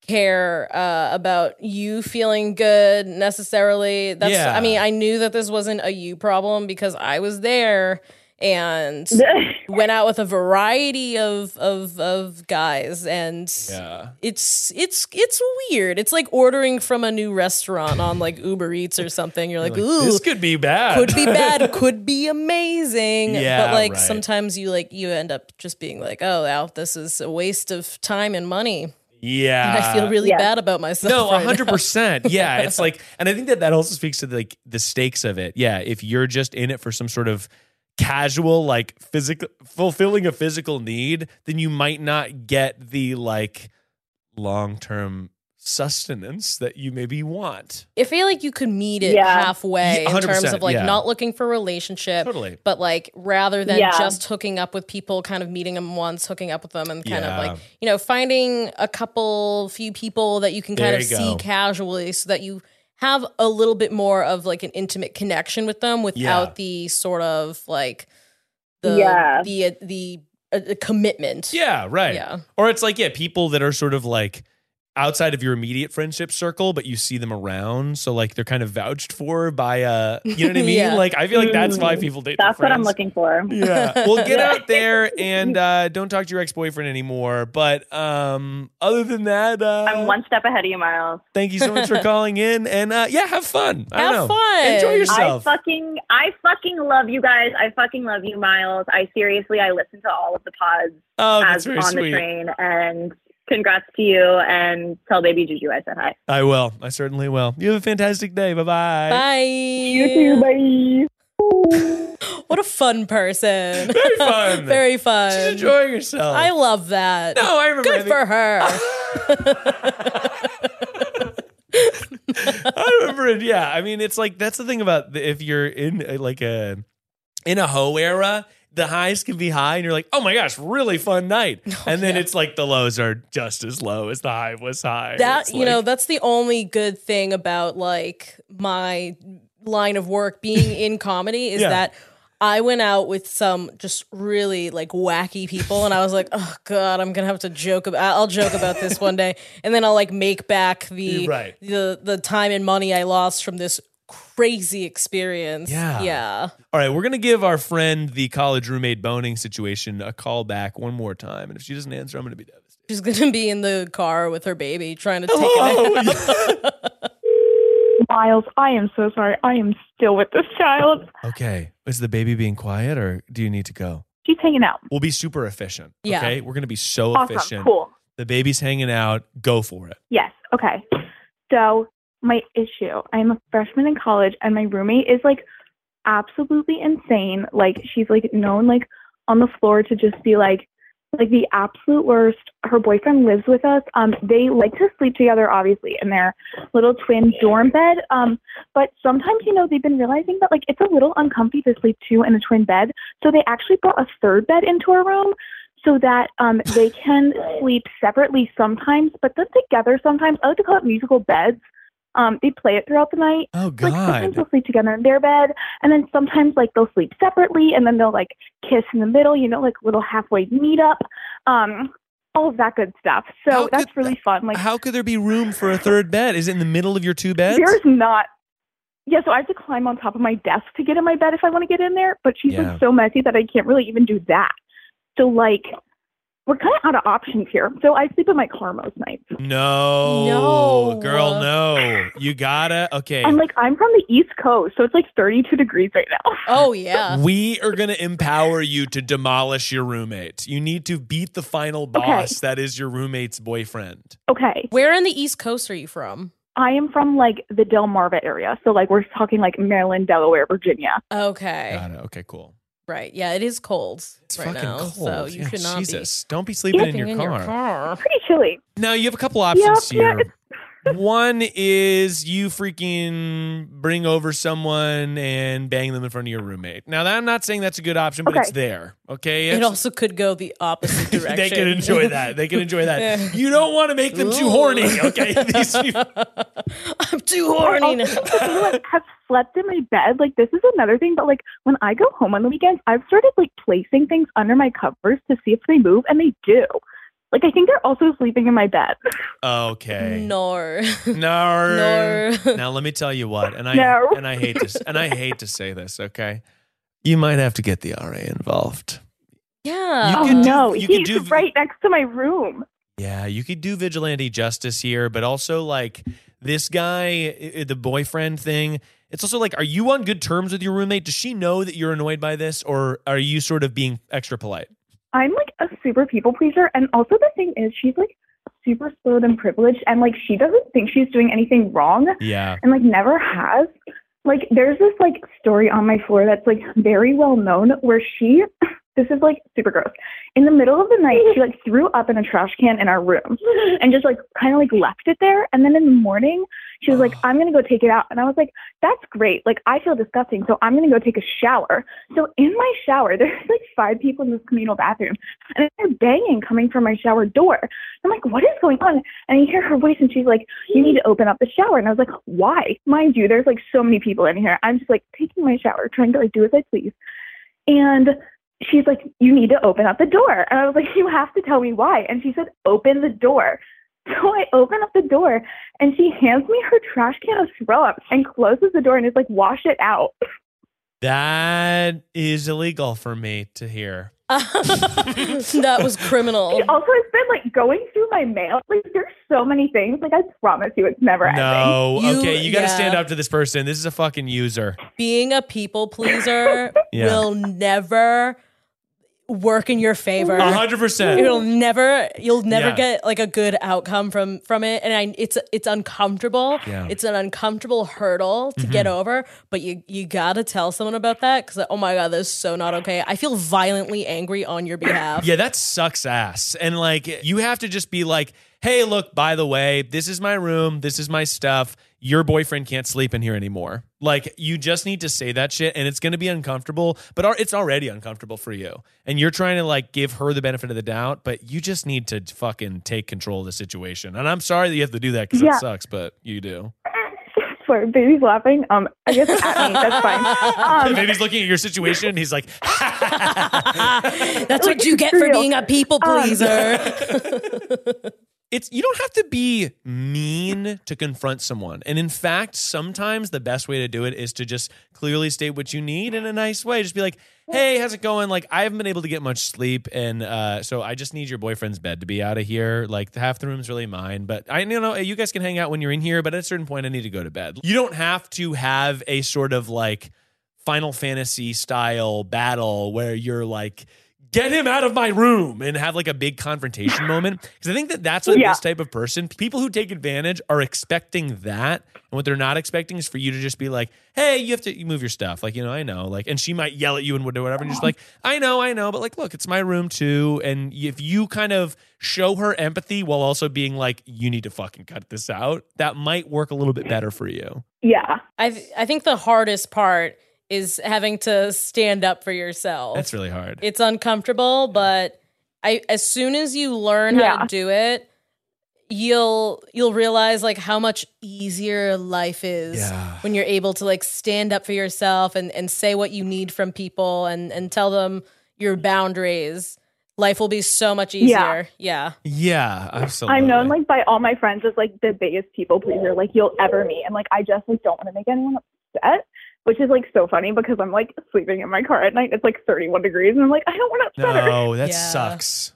care uh, about you feeling good necessarily. That's Yeah. I mean, I knew that this wasn't a you problem because I was there and went out with a variety of of of guys and Yeah. it's it's it's weird. It's like ordering from a new restaurant on like Uber Eats or something. You're like, ooh, this could be bad. could be bad, could be amazing. Yeah, but like right. sometimes you like you end up just being like, oh, wow, this is a waste of time and money. yeah. and I feel really bad about myself. Uh, No, right now. hundred percent. Yeah, it's like, and I think that that also speaks to like the stakes of it. Yeah, if you're just in it for some sort of casual, like physical, fulfilling a physical need, then you might not get the like long term sustenance that you maybe want. I feel like you could meet it Yeah. halfway Yeah, in terms 100%, of like yeah. not looking for a relationship, Totally. but like rather than Yeah. just hooking up with people, kind of meeting them once, hooking up with them, and kind Yeah. of like you know finding a couple, few people that you can kind There of you see go. casually, so that you have a little bit more of like an intimate connection with them without Yeah. the sort of like the Yeah. the uh, the, uh, the commitment. Yeah, right. Yeah. Or it's like, yeah, people that are sort of like outside of your immediate friendship circle, but you see them around. So like they're kind of vouched for by uh you know what I mean? Yeah. Like I feel like that's why Mm. people date. their That's what I'm friends. looking for. Yeah. Well, get out there and uh, don't talk to your ex boyfriend anymore. But um, other than that, uh, I'm one step ahead of you, Miles. thank you so much for calling in. And uh, yeah, have fun. I don't know. Enjoy yourself. I fucking, I fucking love you guys. I fucking love you, Miles. I seriously, I listen to all of the pods Oh, that's as, very on sweet. the train. And congrats to you. And tell Baby Juju I said hi. I will. I certainly will. You have a fantastic day. Bye bye. Bye. Bye. What a fun person. Very fun. Very fun. She's enjoying herself. I love that. No, I remember. Good I think- for her. I remember it. Yeah, I mean, it's like that's the thing about the, if you're in uh, like a in a hoe era, the highs can be high, and you're like, oh my gosh, really fun night, Oh, and then it's like the lows are just as low as the high was high. that It's you know like- that's the only good thing about like my line of work being in comedy is Yeah. that I went out with some just really like wacky people, and I was like, "Oh God, I'm gonna have to joke about. I'll joke about this one day, and then I'll like make back the You're right. the the time and money I lost from this crazy experience." Yeah. yeah. All right, we're gonna give our friend the college roommate boning situation a call back one more time, and if she doesn't answer, I'm gonna be devastated. She's gonna be in the car with her baby, trying to take it. Hello. out. Miles, I am so sorry. I am still with this child. Okay, is the baby being quiet, or do you need to go? She's hanging out. We'll be super efficient. Yeah. Okay, we're gonna be so Awesome. efficient. Cool. The baby's hanging out. Go for it. Yes. Okay. So my issue, I'm a freshman in college and my roommate is like absolutely insane. Like she's like known like on the floor to just be like like the absolute worst. Her boyfriend lives with us. Um, they like to sleep together, obviously, in their little twin dorm bed. Um, but sometimes, you know, they've been realizing that like it's a little uncomfy to sleep two in a twin bed. So they actually brought a third bed into our room so that um they can sleep separately sometimes, but then together sometimes. I like to call it musical beds. Um, they play it throughout the night. Oh God. Like sometimes they'll sleep together in their bed, and then sometimes like they'll sleep separately, and then they'll like kiss in the middle. You know, like a little halfway meet up. Um, all of that good stuff. So that's really fun. Like How could there be room for a third bed? Is it in the middle of your two beds? there's not. Yeah, so I have to climb on top of my desk to get in my bed if I want to get in there. But she's Yeah. like so messy that I can't really even do that. So like, we're kind of out of options here. So I sleep in my car most nights. No. No. Girl, no. You gotta. Okay. And like I'm from the East Coast, so it's like 32 degrees right now. Oh yeah. We are going to empower you to demolish your roommate. You need to beat the final boss that is your roommate's boyfriend. Okay. Where in the East Coast are you from? I am from like the Delmarva area, so like we're talking like Maryland, Delaware, Virginia. Okay. Got it. Okay, cool. Right. Yeah, it is cold It's right fucking now. cold. So you Yeah, should not Jesus. Don't be sleeping in your, Sleeping in car. your car. Pretty chilly. Now, you have a couple options Yeah, yeah, here. One is you freaking bring over someone and bang them in front of your roommate. Now, I'm not saying that's a good option, but it's there. Okay. be. It also could go the opposite direction. they can enjoy that. They can enjoy Yeah. that. You don't want to make them too Ooh. horny, okay? These people- I'm too horny now. I like, have slept in my bed. Like this is another thing, but like when I go home on the weekends, I've started like placing things under my covers to see if they move, and they do. Like I think they're also sleeping in my bed. okay. No. No. No. Now let me tell you what, and I No. and I hate to and I hate to say this, okay? You might have to get the RA involved. Yeah. You oh could do- no, you could he's do- right next to my room. Yeah, you could do vigilante justice here, but also like this guy, i- i- the boyfriend thing. It's also like, are you on good terms with your roommate? Does she know that you're annoyed by this, or are you sort of being extra polite? I'm like a super people pleaser, and also the thing is, she's like super spoiled and privileged, and like she doesn't think she's doing anything wrong. Yeah. and like never has. Like there's this like story on my floor that's like very well known where she this is like super gross. In the middle of the night she like threw up in a trash can in our room and just like kind of like left it there and then in the morning she was like I'm going to go take it out and I was like that's great. Like I feel disgusting so I'm going to go take a shower. So in my shower there's like five people in this communal bathroom and I hear banging coming from my shower door. I'm like what is going on? And I hear her voice and she's like you need to open up the shower. And I was like, why? Mind you, there's like so many people in here. I'm just like taking my shower, trying to like do as I please. And she's like, you need to open up the door. And I was like, you have to tell me why. And she said, open the door. So I open up the door and she hands me her trash can of throw up and closes the door and is like, wash it out. That is illegal for me to hear. that was criminal. She also has been like going through my mail. Like there's so many things. Like I promise you it's never ending. No, You- okay, you got to yeah. stand up to this person. This is a fucking user. Being a people pleaser Yeah. will never work in your favor. A hundred It'll percent. never you'll never Yeah. get like a good outcome from from it and I it's it's uncomfortable. Yeah. Mm-hmm. It's an uncomfortable hurdle to get over, but you you got to tell someone about that cuz oh my god, that's so not okay. I feel violently angry on your behalf. Yeah, that sucks ass. And like, you have to just be like, hey, look, by the way, this is my room. This is my stuff. Your boyfriend can't sleep in here anymore. Like, you just need to say that shit, and it's going to be uncomfortable, but al- it's already uncomfortable for you. And you're trying to like give her the benefit of the doubt, but you just need to fucking take control of the situation. And I'm sorry that you have to do that because it Yeah. sucks, but you do. Sorry, baby's laughing. Um, I guess at me. That's fine. Um, Maybe he's looking at your situation and he's like, That's what you get for being a people Um, pleaser. it's you don't have to be mean to confront someone. And in fact, sometimes the best way to do it is to just clearly state what you need in a nice way. Just be like, "Hey, how's it going? Like, I haven't been able to get much sleep, and uh, so I just need your boyfriend's bed to be out of here. Like, half the room's really mine, but I you know you guys can hang out when you're in here. But at a certain point, I need to go to bed. You don't have to have a sort of like Final Fantasy style battle where you're like get him out of my room and have like a big confrontation moment. Because I think that that's what Yeah. this type of person, people who take advantage, are expecting that, and what they're not expecting is for you to just be like, "Hey, you have to you move your stuff." Like you know, I know. Like, and she might yell at you and do whatever, and you're just like, "I know, I know," but like, look, it's my room too. And if you kind of show her empathy while also being like, "You need to fucking cut this out," that might work a little bit better for you. Yeah. I I think the hardest part is having to stand up for yourself. That's really hard. It's uncomfortable, but I as soon as you learn how Yeah. to do it, you'll you'll realize like how much easier life is Yeah. when you're able to like stand up for yourself and and say what you need from people and and tell them your boundaries. Life will be so much Yeah. easier. Yeah. Yeah, absolutely. I'm known like by all my friends as like the biggest people pleaser like you'll ever meet, and like I just like don't want to make anyone upset, which is like so funny because I'm like sleeping in my car at night. It's like 31 degrees, and I'm like I don't want to upset her. No, that sucks.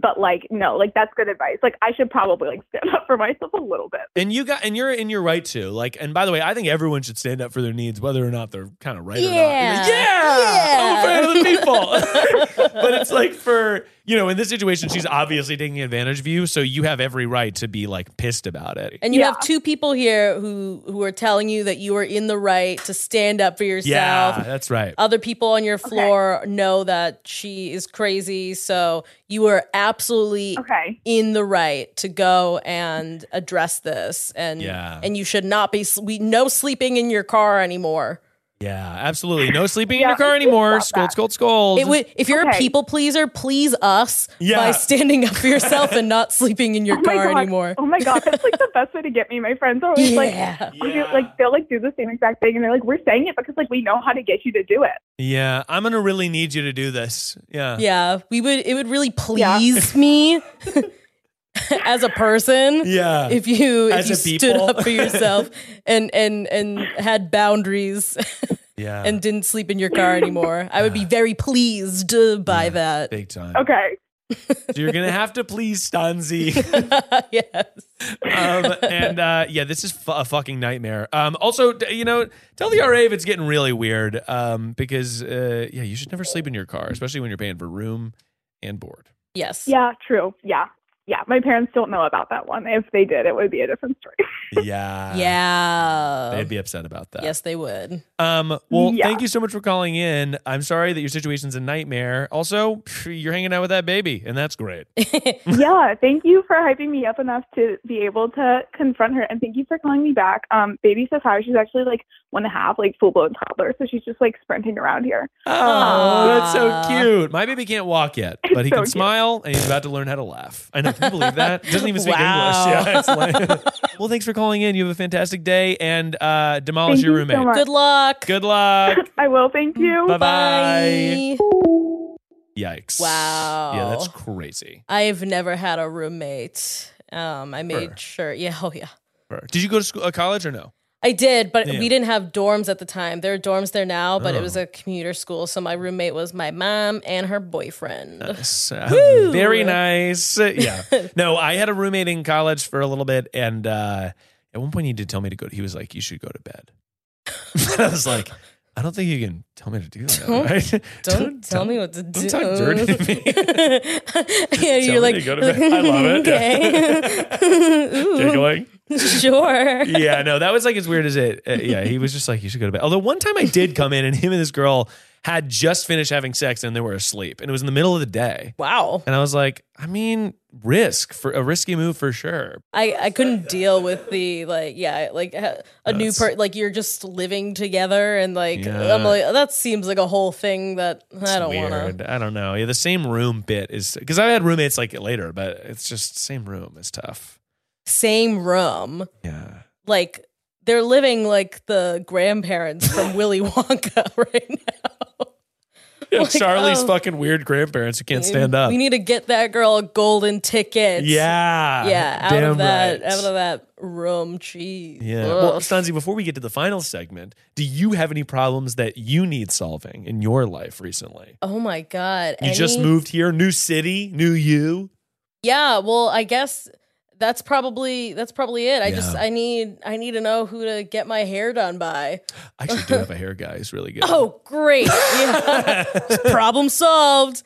But like no, like that's good advice. Like I should probably like stand up for myself a little bit. And you got, and you're in your right to like. And by the way, I think everyone should stand up for their needs, whether or not they're kind of right or not. Yeah. yeah, Yeah. I'm a fan of the people. but it's like for you know, in this situation, she's obviously taking advantage of you, so you have every right to be like pissed about it. And you have two people here who who are telling you that you are in the right to stand up for yourself. yeah, that's right. Other people on your floor know that she is crazy, so you are absolutely in the right to go and address this. And Yeah. and you should not be we no sleeping in your car anymore. Yeah, absolutely. No sleeping in your car anymore. Scold, scold, scold. It would if you're a people pleaser, please us Yeah. by standing up for yourself and not sleeping in your Oh my car God. anymore. Oh my god, that's like the best way to get me. My friends are always like, Yeah. we do- like they'll like do the same exact thing, and they're like, we're saying it because like we know how to get you to do it. Yeah, I'm gonna really need you to do this. Yeah. Yeah, we would. It would really please me as a person. Yeah. if you if As you a stood people. up for yourself and and and had boundaries Yeah. and didn't sleep in your car anymore, I would be very pleased uh, by that. Big time. Okay. So you're gonna have to please Stanzi. yes. Um, and uh, yeah, this is fu- a fucking nightmare. Um, also, d- you know, tell the RA if it's getting really weird. Um, because uh, yeah, you should never sleep in your car, especially when you're paying for room and board. Yes. Yeah. True. Yeah. Yeah. My parents don't know about that one. If they did, it would be a different story. Yeah. Yeah. They'd be upset about that. Yes, they would. Um, well, Yeah. thank you so much for calling in. I'm sorry that your situation's a nightmare. Also, pff, you're hanging out with that baby, and that's great. yeah. Thank you for hyping me up enough to be able to confront her, and thank you for calling me back. Um, baby says hi. She's actually like one and a half, like full blown toddler, so she's just like sprinting around here. Oh, that's so cute. My baby can't walk yet, It's but he so can cute. smile and he's about to learn how to laugh. I know. Can you believe that? Doesn't even speak Wow. English. Yeah, it's like- well, thanks for calling in. You have a fantastic day and uh, demolish Thank your you so roommate. much. Good luck. Good luck. I will. Thank you. Bye-bye. Yikes. Wow. Yeah, that's crazy. I've never had a roommate. Um, I made sure. Yeah. Oh yeah. Did you go to school, uh, college or no? I did, but Yeah. we didn't have dorms at the time. There are dorms there now, but it Oh. was a commuter school. So my roommate was my mom and her boyfriend. So, Woo! Very nice. Yeah. no, I had a roommate in college for a little bit, and uh, at one point he did tell me to go. He was like, "You should go to bed." I was like, "I don't think you can tell me to do that." Don't- right? Don't, tell me what to do. don't talk dirty to me. yeah, Tell you're me like, to go to you're bed. I love it. Okay. Ooh. Giggling. Sure. yeah, no, that was like as weird as it. uh, yeah, he was just like, "You should go to bed." Although one time I did come in, and him and this girl had just finished having sex, and they were asleep, and it was in the middle of the day. Wow. And I was like, I mean, risk for a risky move for sure, I, I couldn't deal with the like yeah like ha- a new That's- part like you're just living together and like Yeah. I'm like that seems like a whole thing that I don't want to weird. I don't know. Yeah, the same room bit is because I've had roommates like it later, but it's just same room is tough. same room. Yeah. Like they're living like the grandparents from Willy Wonka right now. Like, Charlie's oh, fucking weird grandparents who can't stand up. We need to get that girl a golden ticket. Yeah. Yeah. Out Damn of that right. out of that room. Jeez. yeah. Ugh. Well, Stanzi, before we get to the final segment, do you have any problems that you need solving in your life recently? oh my God. You just Any- moved here, new city, new you. Yeah, well, I guess that's probably that's probably it. I just Yeah. I need I need to know who to get my hair done by. I actually do have a hair guy. He's really good. Oh, great. Yeah. Problem solved.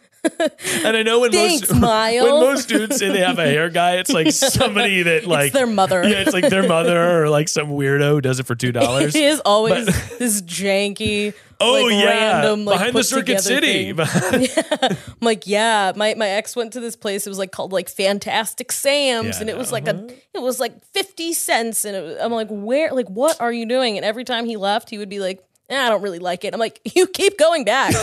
And I know when Thanks, most Miles. when most dudes say they have a hair guy, it's like somebody that like their mother. Yeah, it's like their mother or like some weirdo who does it for two dollars. He is always this janky. Oh like, yeah, random, like, behind the put Circuit together City. thing. I'm like, yeah, my, my ex went to this place. It was like called like Fantastic Sam's, Yeah, and it was like a it was like fifty cents, and it was- I'm like, where, like, what are you doing? And every time he left, he would be like, "Eh, I don't really like it. I'm like, you keep going back.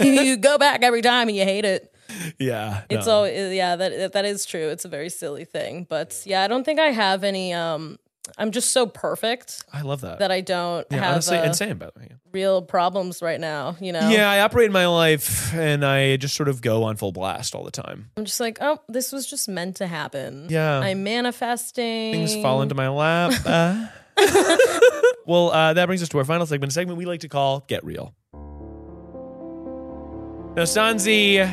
you go back every time, and you hate it. yeah, It's no. all eh, yeah, that that is true. It's a very silly thing, but yeah, I don't think I have any. Um, I'm just so perfect I love that. that I don't yeah, have honestly, uh, and Sam by the way. real problems right now. You know, Yeah, I operate in my life and I just sort of go on full blast all the time. I'm just like, oh, this was just meant to happen. Yeah. I'm manifesting. Things fall into my lap. Uh. well, uh, that brings us to our final segment, a segment we like to call Get Real. Now, Sanzi,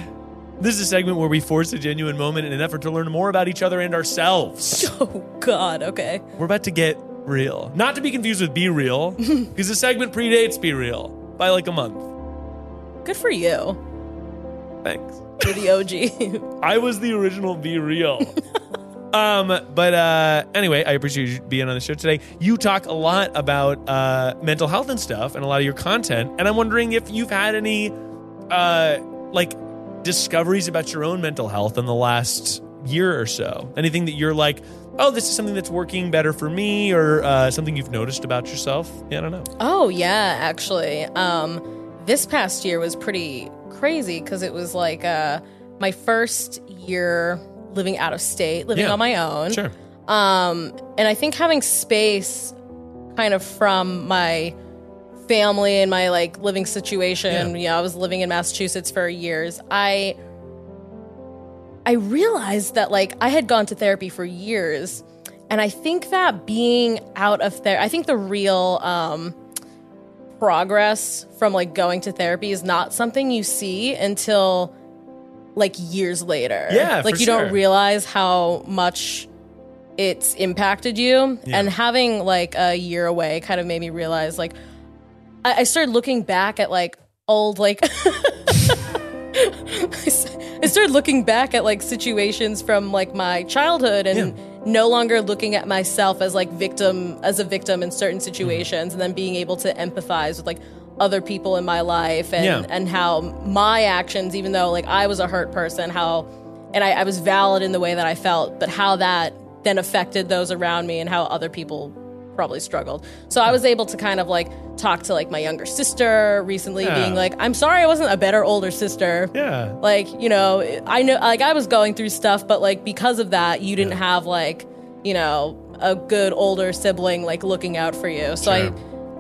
this is a segment where we force a genuine moment in an effort to learn more about each other and ourselves. Oh God. Okay. We're about to get real. Not to be confused with Be Real, because the segment predates Be Real by like a month. Good for you. Thanks. You're the OG. I was the original Be Real. um, but uh, anyway, I appreciate you being on the show today. You talk a lot about uh, mental health and stuff, and a lot of your content. And I'm wondering if you've had any uh, like discoveries about your own mental health in the last year or so. Anything that you're like, oh, this is something that's working better for me, or uh, something you've noticed about yourself. Yeah, I don't know. oh yeah, actually, um, this past year was pretty crazy because it was like uh, my first year living out of state, living Yeah. on my own. Sure. Um, and I think having space kind of from my family and my like living situation, Yeah. you know, I was living in Massachusetts for years. I I realized that like I had gone to therapy for years and I think that being out of there, I think the real um progress from like going to therapy is not something you see until like years later. Yeah, for like you sure. don't realize how much it's impacted you, Yeah. and having like a year away kind of made me realize like I, I started looking back at like old like I s- I started looking back at like situations from like my childhood and no longer looking at myself as like victim as a victim in certain Mm-hmm. situations and then being able to empathize with like other people in my life and Yeah. and how my actions even though like I was a hurt person how and I, I was valid in the way that I felt but how that then affected those around me and how other people probably struggled so I was able to kind of like talk to like my younger sister recently Yeah. being like I'm sorry I wasn't a better older sister Yeah. like you know i know like i was going through stuff but like because of that you didn't have like you know a good older sibling like looking out for you so Sure. i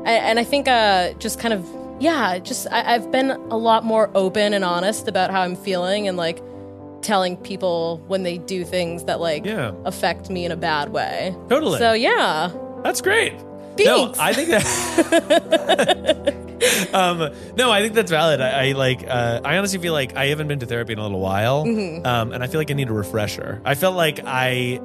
and- and i think uh just kind of yeah just I, i've been a lot more open and honest about how i'm feeling and like telling people when they do things that like Yeah. affect me in a bad way Totally. so yeah That's great. No, Thanks. I think that. um, no, I think that's valid. I, I like. Uh, I honestly feel like I haven't been to therapy in a little while, Mhm. um, and I feel like I need a refresher. I felt like I.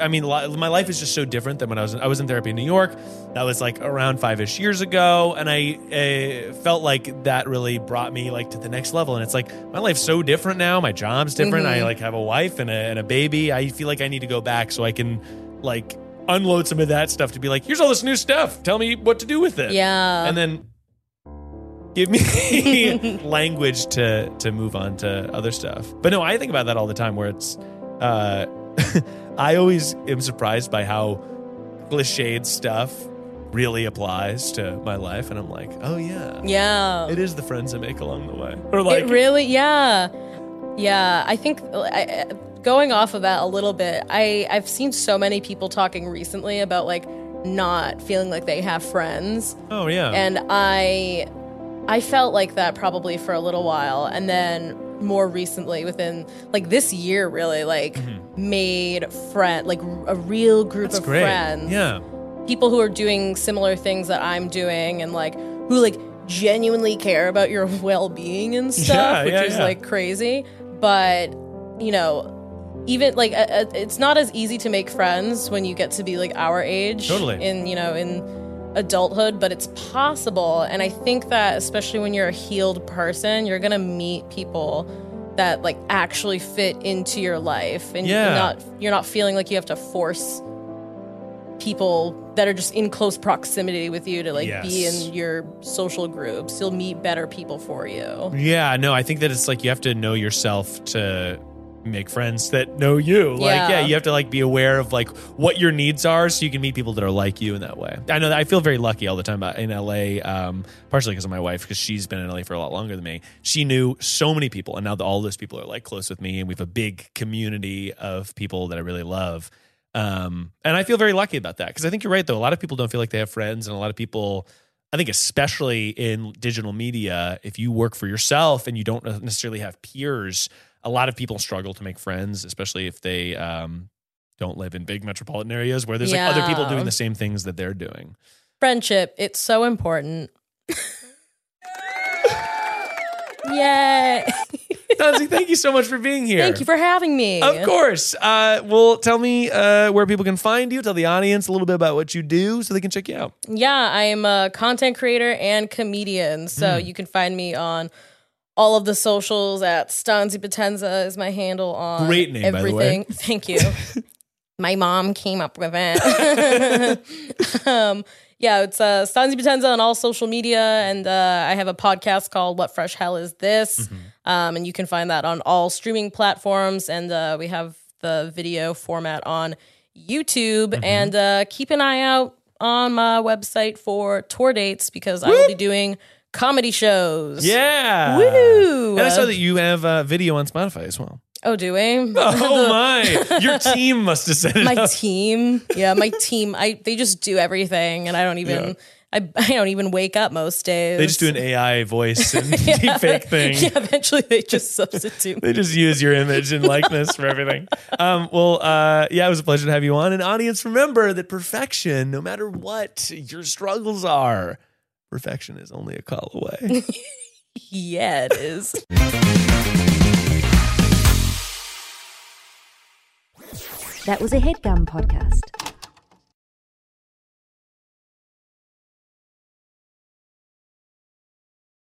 I mean, li- my life is just so different than when I was. In, I was in therapy in New York. That was like around five ish years ago, and I uh, felt like that really brought me like to the next level. And it's like my life's so different now. My job's different. I Mhm. like have a wife and a, and a baby. I feel like I need to go back so I can like unload some of that stuff to be like, here's all this new stuff. Tell me what to do with it. Yeah. And then give me language to to move on to other stuff. But no, I think about that all the time where it's uh I always am surprised by how cliched stuff really applies to my life and I'm like, oh yeah. yeah It is the friends I make along the way. Or like it really yeah yeah i think uh, I, I- going off of that a little bit i i've seen so many people talking recently about like not feeling like they have friends Oh yeah. and i i felt like that probably for a little while and then more recently within like this year really like made friend like a real group Mm-hmm. That's of great. friends Yeah. people who are doing similar things that I'm doing and like who like genuinely care about your well-being and stuff, Yeah, which yeah, is yeah. like crazy, but you know, even like uh, uh, it's not as easy to make friends when you get to be like our age Totally. in you know in adulthood but it's possible and i think that especially when you're a healed person you're gonna meet people that like actually fit into your life and Yeah. you're not you're not feeling like you have to force people that are just in close proximity with you to like be Yes. in your social groups. You'll meet better people for you. Yeah, no, I think that it's like you have to know yourself to make friends that know you. Like, yeah. Yeah. you have to like be aware of like what your needs are, so you can meet people that are like you in that way. I know that I feel very lucky all the time uh, in LA, um, partially because of my wife, because she's been in LA for a lot longer than me. She knew so many people, and now all those people are like close with me, and we have a big community of people that I really love. Um, and I feel very lucky about that because I think you're right though. A lot of people don't feel like they have friends, and a lot of people. I think especially in digital media, if you work for yourself and you don't necessarily have peers, a lot of people struggle to make friends, especially if they um, don't live in big metropolitan areas where there's like other people Yeah. doing the same things that they're doing. Friendship, it's so important. Yay. Nancy, thank you so much for being here. Thank you for having me. Of course. Uh, well, tell me uh, where people can find you. Tell the audience a little bit about what you do so they can check you out. Yeah, I am a content creator and comedian. So Mm. you can find me on all of the socials at Stanzi Potenza is my handle on Great name, by the way. everything. Thank you. my mom came up with it. um, yeah, it's uh, Stanzi Potenza on all social media, and uh, I have a podcast called "What Fresh Hell Is This," Mm-hmm. um, and you can find that on all streaming platforms. And uh, we have the video format on YouTube, Mm-hmm. and uh, keep an eye out on my website for tour dates because I will be doing comedy shows. Yeah. Woo! And I saw that you have uh, video on Spotify as well. Oh, do we? Oh my. Your team must have set it my up. team yeah my team i they just do everything and i don't even I, I don't even wake up most days They just do an AI voice and Yeah. deep fake thing. yeah eventually they just substitute They just use your image and likeness for everything. Um, well, uh, yeah, it was a pleasure to have you on. And audience, remember that perfection, no matter what your struggles are, perfection is only a call away. yeah it is That was a headgum podcast.